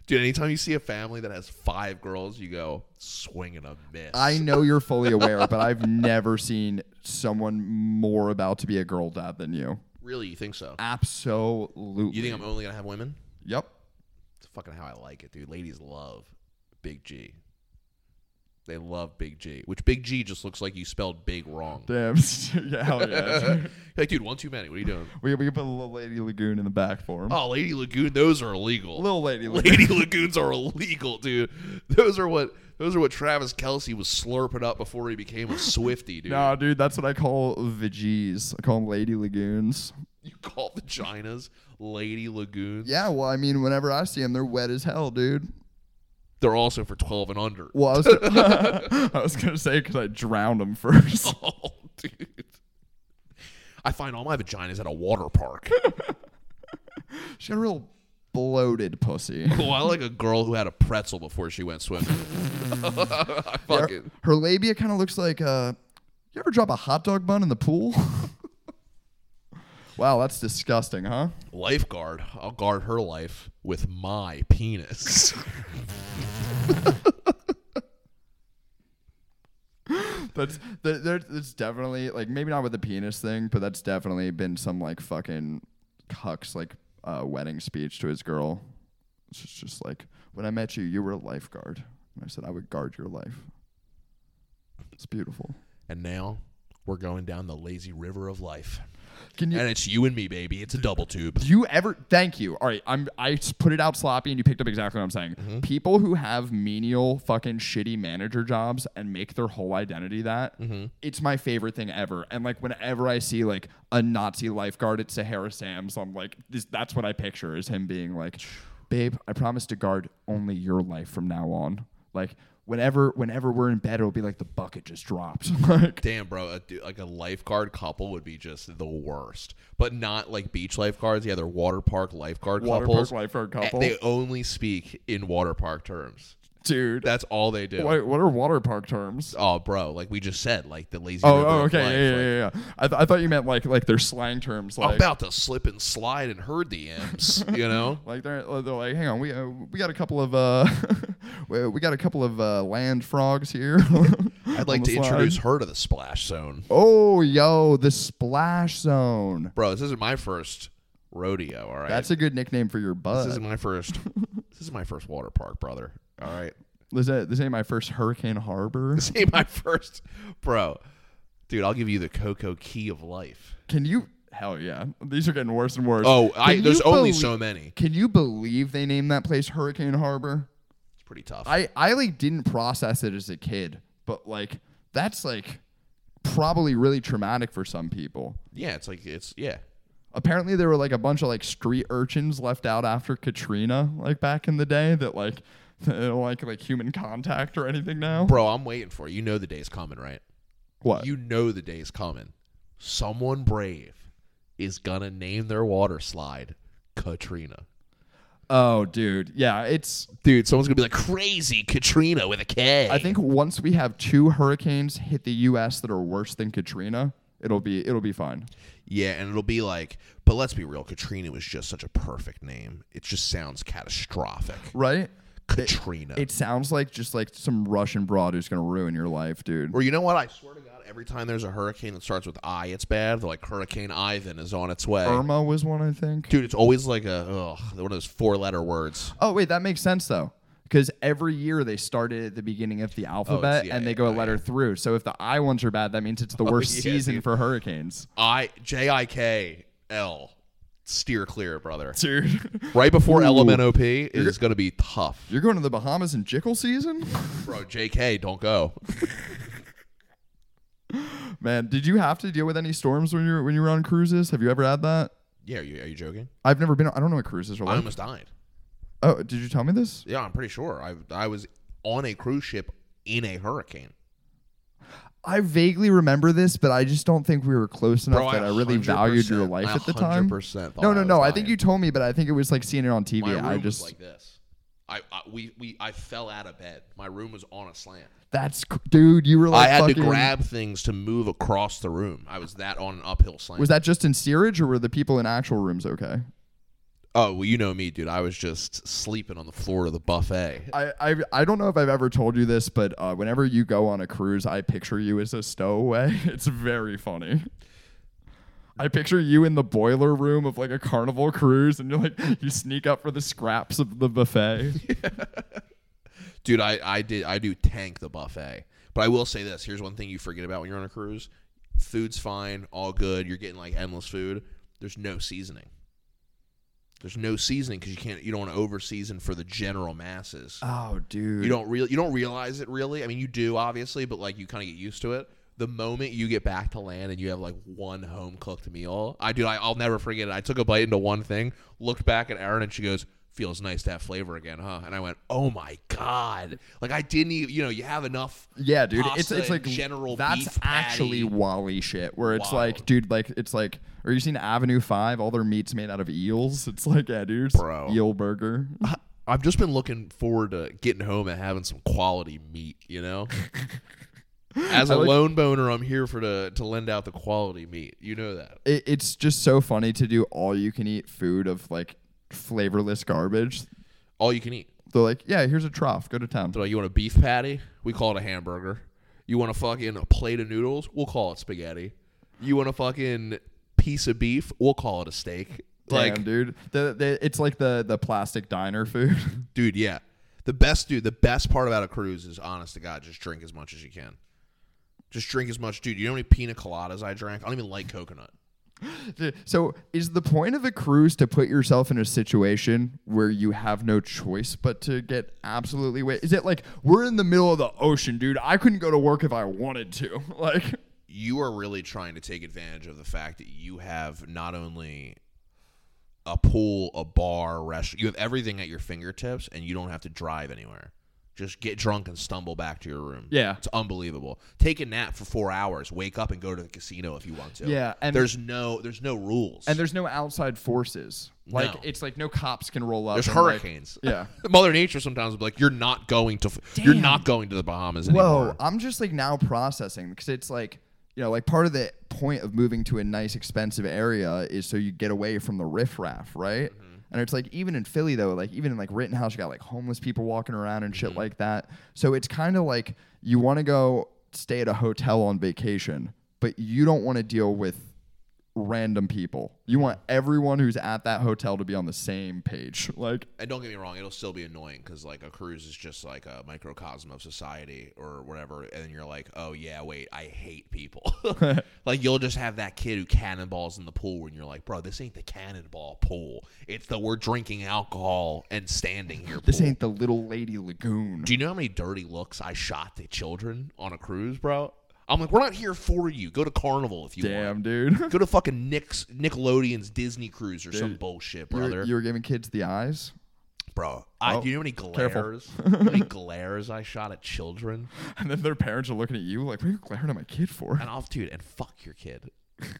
Dude, anytime you see a family that has five girls, you go swing and a miss. I know you're fully aware, but I've never seen someone more about to be a girl dad than you. really, you think so? Absolutely. You think I'm only gonna have women? Yep. It's fucking how I like it, dude. Ladies love Big G. They love Big G, which Big G just looks like you spelled big wrong. Damn. yeah, hell yeah. like, dude, one too many. What are you doing? we, we can put a little Lady Lagoon in the back for him. Oh, Lady Lagoon, those are illegal. Little Lady Lagoon. Lady Lagoons are illegal, dude. Those are what those are what Travis Kelsey was slurping up before he became a Swifty, dude. No, dude, that's what I call VGs. I call them Lady Lagoons. You call vaginas Lady Lagoons. Yeah, well, I mean, whenever I see them, they're wet as hell, dude. They're also for twelve and under. Well, I was, I was gonna say because I drowned them first. Oh, dude. I find all my vaginas at a water park. She got a real bloated pussy. Well, I like a girl who had a pretzel before she went swimming. I Her, fucking her labia kind of looks like uh You ever drop a hot dog bun in the pool? wow, that's disgusting, huh? lifeguard. I'll guard her life with my penis. That's there, there, there's definitely like maybe not with the penis thing, but that's definitely been some like fucking cucks like uh, wedding speech to his girl. It's just, just like when I met you, you were a lifeguard, and I said I would guard your life. It's beautiful. and now we're going down the lazy river of life. Can you? And it's you and me, baby. It's a double tube. do you ever? Thank you. All right, I'm. I s- put it out sloppy, and you picked up exactly what I'm saying. Mm-hmm. People who have menial, fucking shitty manager jobs and make their whole identity that. Mm-hmm. It's my favorite thing ever. And like whenever I see like a Nazi lifeguard at Sahara Sam's, I'm like, this, that's what I picture is him being like, babe, I promise to guard only your life from now on. Like whenever, whenever we're in bed, it'll be like the bucket just dropped. like Damn, bro, a, du- like a lifeguard couple would be just the worst. But not like beach lifeguards. Yeah, they're water park lifeguard water couples. park lifeguard A- couple, They only speak in water park terms. dude. That's all they do. Wait, what are water park terms? Oh, bro, like we just said, like the lazy. Oh, river oh of okay, life, yeah, like, yeah, yeah, yeah. I, th- I thought you meant like like their slang terms, I'm like about to slip and slide and herd the M's, you know? like they're they're like, hang on, we uh, we got a couple of uh, we we got a couple of uh, land frogs here. I'd like on to the slide. introduce her to the splash zone. Oh, yo, the splash zone. Bro, this isn't my first rodeo, all right? That's a good nickname for your this butt. isn't my first this is my first water park, brother. All right. This, ain't- this ain't my first hurricane harbor. This ain't my first bro. Dude, I'll give you the Coco key of life. Can you? Hell yeah, these are getting worse and worse. Oh, I, Can there's you only belie- so many. Can you believe they named that place Hurricane Harbor? It's pretty tough. I I like didn't process it as a kid, but like that's like probably really traumatic for some people. yeah, it's like it's yeah. Apparently there were like a bunch of like street urchins left out after Katrina like back in the day that like they don't like like human contact or anything now. Bro, I'm waiting for it. You know the day's coming, right? What? You know the day's coming. Someone brave is gonna name their water slide Katrina. oh dude. Yeah, it's Dude, someone's gonna be like crazy Katrina with a K. I think once we have two hurricanes hit the US that are worse than Katrina, it'll be it'll be fine. Yeah, and it'll be like, but let's be real, Katrina was just such a perfect name. It just sounds catastrophic. Right? Katrina. It sounds like just like some Russian broad who's gonna ruin your life, dude. or you know what? I swear to God, every time there's a hurricane that starts with I, it's bad. They're like Hurricane Ivan is on its way. Irma was one, I think. Dude, it's always like a ugh, one of those four letter words. Oh wait, that makes sense though, because every year they started at the beginning of the Oh, alphabet yeah, and yeah, they go a yeah, Oh, letter through. So if the I ones are bad, that means it's the worst yeah, season dude. for hurricanes, I J I K L. Steer clear, brother. dude. Right before Ooh. Element OP is going to be tough. You're going to the Bahamas in jickle season, Bro, JK, don't go. man. Did you have to deal with any storms when you were when you were on cruises? Have you ever had that? Yeah, are you, are you joking? I've never been. on- I don't know what cruises are I like. almost died. Oh, did you tell me this? Yeah, I'm pretty sure. I I was on a cruise ship in a hurricane. I vaguely remember this, but I just don't think we were close enough Bro, I that I really 100% valued your life I at the time. 100% thought No, no, I was no. I think dying. you told me, but I think it was like seeing it on TV. My room I was just like this. I, I we, we I fell out of bed. My room was on a slant. that's cr- dude. You were I like had to fucking, grab things to move across the room. I was that on an uphill slant. Was that just in steerage, or were the people in actual rooms okay? oh well, you know me, dude. I was just sleeping on the floor of the buffet. I, I I don't know if I've ever told you this, but uh, whenever you go on a cruise, I picture you as a stowaway. It's very funny. I picture you in the boiler room of like a carnival cruise, and you're like you sneak up for the scraps of the buffet. dude, I I did I do tank the buffet, but I will say this: here's one thing you forget about when you're on a cruise. Food's fine, all good. You're getting like endless food. There's no seasoning. There's no seasoning because you can't. You don't want to over season for the general masses. Oh, dude. You don't real you don't realize it really. I mean, you do obviously, but like you kind of get used to it. The moment you get back to land and you have like one home cooked meal, I dude, I, I'll never forget it. I took a bite into one thing, looked back at Erin, and she goes, "Feels nice to have flavor again, huh?" And I went, "Oh my god!" Like I didn't even, you know, you have enough. Yeah, dude. it's pasta it's and like general. That's beef actually patty. Wally shit. Where it's Wild. like, dude, like it's like. Are you seeing Avenue Five? All their meats made out of eels. It's like, yeah, dude, it's Bro. eel burger. I've just been looking forward to getting home and having some quality meat. You know. As I a like- lone boner, I'm here for to to lend out the quality meat. You know that. It, it's just so funny to do all you can eat food of like flavorless garbage. All you can eat. They're like, yeah, here's a trough. Go to town. So you want a beef patty? We call it a hamburger. You want a fucking a plate of noodles? We'll call it spaghetti. You want a fucking piece of beef? We'll call it a steak. Damn, like, dude, the, the, it's like the the plastic diner food. dude, yeah. The best, dude. The best part about a cruise is, honest to God, just drink as much as you can. Just drink as much, dude. You know how many pina coladas I drank? I don't even like coconut. so, is the point of a cruise to put yourself in a situation where you have no choice but to get absolutely wa Is it like we're in the middle of the ocean, dude? I couldn't go to work if I wanted to. Like, you are really trying to take advantage of the fact that you have not only a pool, a bar, restaurant, you have everything at your fingertips and you don't have to drive anywhere. Just get drunk and stumble back to your room. Yeah. It's unbelievable. Take a nap for 4 hours, wake up and go to the casino if you want to. Yeah, and- there's no there's no rules. and there's no outside forces. Like, No. it's like no cops can roll up. there's and, like- hurricanes. yeah. Mother Nature sometimes will be like you're not going to f- you're not going to the Bahamas anymore. Whoa, I'm just like now processing because it's like, you know, like part of the point of moving to a nice, expensive area is so you get away from the riffraff, right? Mm-hmm. And it's like, even in Philly, though, like even in like Rittenhouse, you got like homeless people walking around and Mm-hmm. shit like that. So it's kind of like you want to go stay at a hotel on vacation, but you don't want to deal with random people. You want everyone who's at that hotel to be on the same page. Like, and don't get me wrong, it'll still be annoying because like a cruise is just like a microcosm of society or whatever, and then you're like, oh yeah, wait, I hate people. like you'll just have that kid who cannonballs in the pool, and you're like, bro, this ain't the cannonball pool. It's the we're drinking alcohol and standing here. this pool." ain't the little lady lagoon. Do you know how many dirty looks I shot the children on a cruise, bro? I'm like, we're not here for you. Go to Carnival if you want. Damn, dude. Go to fucking Nick's Nickelodeon's Disney Cruise or some bullshit, You were- brother. You were giving kids the eyes. Bro, I, do you know how many oh, careful. glares? how many glares I shot at children? And then their parents are looking at you like, what are you glaring at my kid for? And I'll dude, and fuck your kid.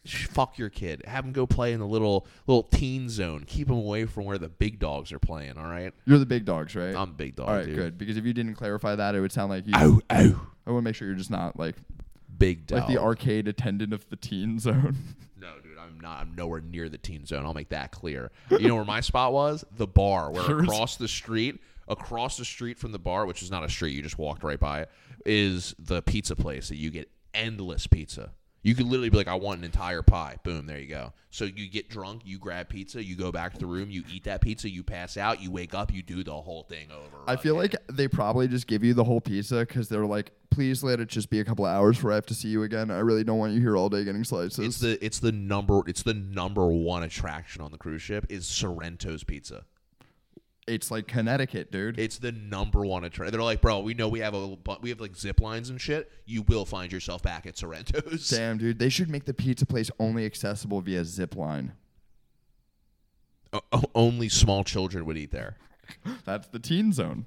Sh- fuck your kid. Have him go play in the little little teen zone. Keep him away from where the big dogs are playing. All right, You're the big dogs, right? I'm big dog. All right, Um, dude. good. Because if you didn't clarify that, it would sound like you. Ow, ow, I want to make sure you're just not like big dog. like the arcade attendant of the teen zone. no, dude, I'm not. I'm nowhere near the teen zone. I'll make that clear. You know where my spot was? The bar. Where Yours? across the street, across the street from the bar, which is not a street, you just walked right by it, is the pizza place that you get endless pizza. You could literally be like, I want an entire pie. Boom, there you go. So you get drunk, you grab pizza, you go back to the room, you eat that pizza, you pass out, you wake up, you do the whole thing over. I feel like they probably just give you the whole pizza because they're like, please let it just be a couple of hours before I have to see you again. I really don't want you here all day getting slices. It's the it's the number it's the number one attraction on the cruise ship is Sorrento's pizza. It's like Connecticut, dude. It's the number one attraction. They're like, bro, we know we have a bu- we have like zip lines and shit. You will find yourself back at Sorrento's. Damn, dude. They should make the pizza place only accessible via zip line. O- o- only small children would eat there. That's the teen zone.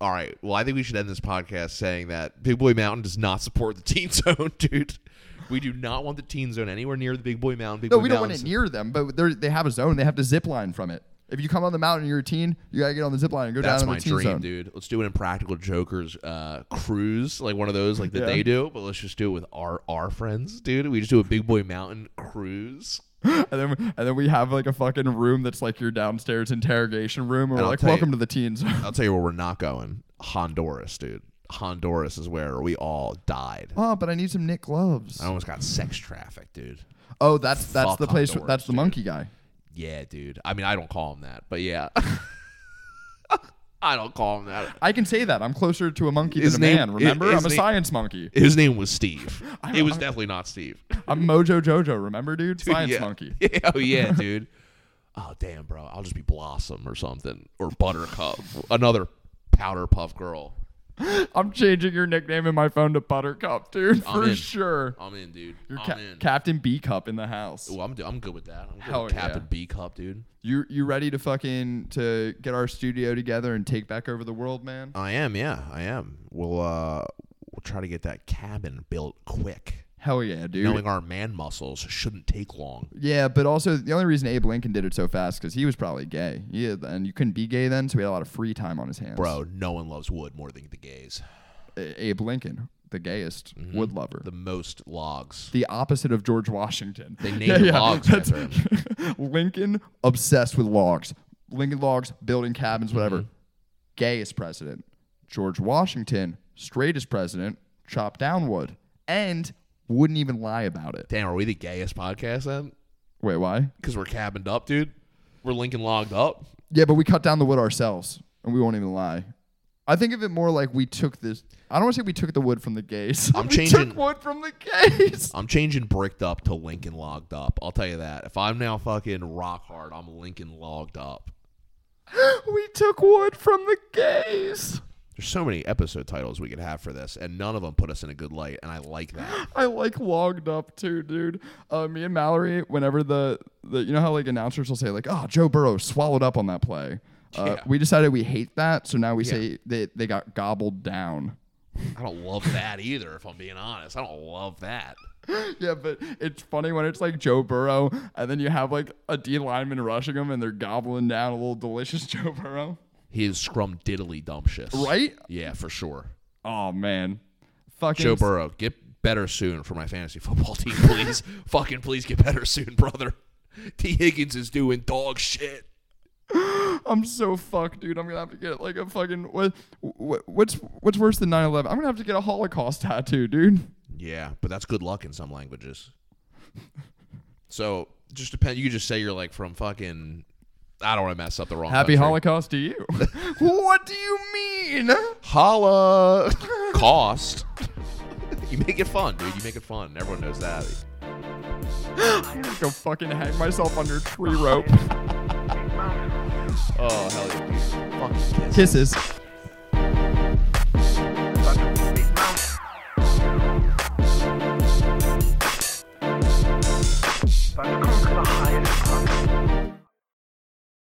All right. Well, I think we should end this podcast saying that Big Boy Mountain does not support the Teen Zone, dude. We do not want the Teen Zone anywhere near the Big Boy Mountain. Big No, Boy we don't want it Mountain's- near them, but they're- they have a zone. They have to zip line from it. If you come on the mountain and you're a teen, you gotta get on the zip line and go That's down my in the teen dream, zone. dude. Let's do an Impractical Jokers uh, cruise, like one of those, like that Yeah. they do. But let's just do it with our our friends, dude. We just do a Big Boy Mountain cruise. And then and then we have like a fucking room that's like your downstairs interrogation room, and we're I'll like, tell you- "Welcome to the teen zone." I'll tell you where we're not going. Honduras, dude. Honduras is where we all died. Oh, but I need some knit gloves. I almost got sex trafficked, dude. Oh, that's that's Fuck the place. Honduras, that's the dude. monkey guy. Yeah, dude. I mean, I don't call him that, but yeah. I don't call him that. I can say that. I'm closer to a monkey His than a name- man, remember? his I'm a name- science monkey. His name was Steve. I It was remember- definitely not Steve. I'm Mojo Jojo, remember, dude? Science Yeah. monkey. Oh yeah, dude. Oh damn, bro. I'll just be Blossom or something or Buttercup, another powder puff girl. I'm changing your nickname in my phone to Buttercup, dude, I'm for in. sure. I'm in, dude. You're I'm Cap- in. Captain B Cup in the house. Ooh, I'm, do- I'm good with that. I'm good Hell with Captain yeah. B cup, dude. You you ready to fucking to get our studio together and take back over the world, man? I am, yeah, I am. We'll uh, we'll try to get that cabin built quick. Hell yeah, dude. Knowing our man muscles shouldn't take long. Yeah, but also the only reason Abe Lincoln did it so fast because he was probably gay. Yeah, and you couldn't be gay then, so he had a lot of free time on his hands. Bro, no one loves wood more than the gays. A- Abe Lincoln, the gayest wood lover, The the, most logs. opposite of George Washington. They named logs that's- after Lincoln obsessed with logs. Lincoln logs, building cabins, whatever. Mm-hmm. Gayest president. George Washington, straightest president, chopped down wood and wouldn't even lie about it. Damn, are we the gayest podcast then? Wait, why? Because we're cabined up, dude. We're Lincoln logged up. Yeah, but we cut down the wood ourselves, and we won't even lie. I think of it more like we took this. I don't want to say we took the wood from the gays. I'm we changing- took wood from the gays. I'm changing bricked up to Lincoln logged up. I'll tell you that. If I'm now fucking rock hard, I'm Lincoln logged up. we took wood from the gays. There's so many episode titles we could have for this, and none of them put us in a good light, and I like that. I like logged up too, dude. Uh, me and Mallory, whenever the, the you know how like announcers will say like, "Oh, Joe Burrow swallowed up on that play." Uh, Yeah. We decided we hate that, so now we Yeah. say they they got gobbled down. I don't love that either, if I'm being honest. I don't love that. Yeah, but it's funny when it's like Joe Burrow, and then you have like a D lineman rushing him, and they're gobbling down a little delicious Joe Burrow. He is scrum diddly dumptious. Right? Yeah, for sure. Oh man, fucking Joe Burrow, get better soon for my fantasy football team, please. Fucking please get better soon, brother. T. Higgins is doing dog shit. I'm so fucked, dude. I'm gonna have to get like a fucking what, what what's what's worse than 9/11? I'm gonna have to get a Holocaust tattoo, dude. Yeah, but that's good luck in some languages. so just depend. You could just say you're like from fucking. I don't want to mess up the wrong. Happy country. Holocaust to you. what do you mean? holla cost. you make it fun, dude. You make it fun. Everyone knows that. I'm gonna go fucking hang myself on your tree rope. Oh hell yeah! dude. Fucking kiss. Kisses.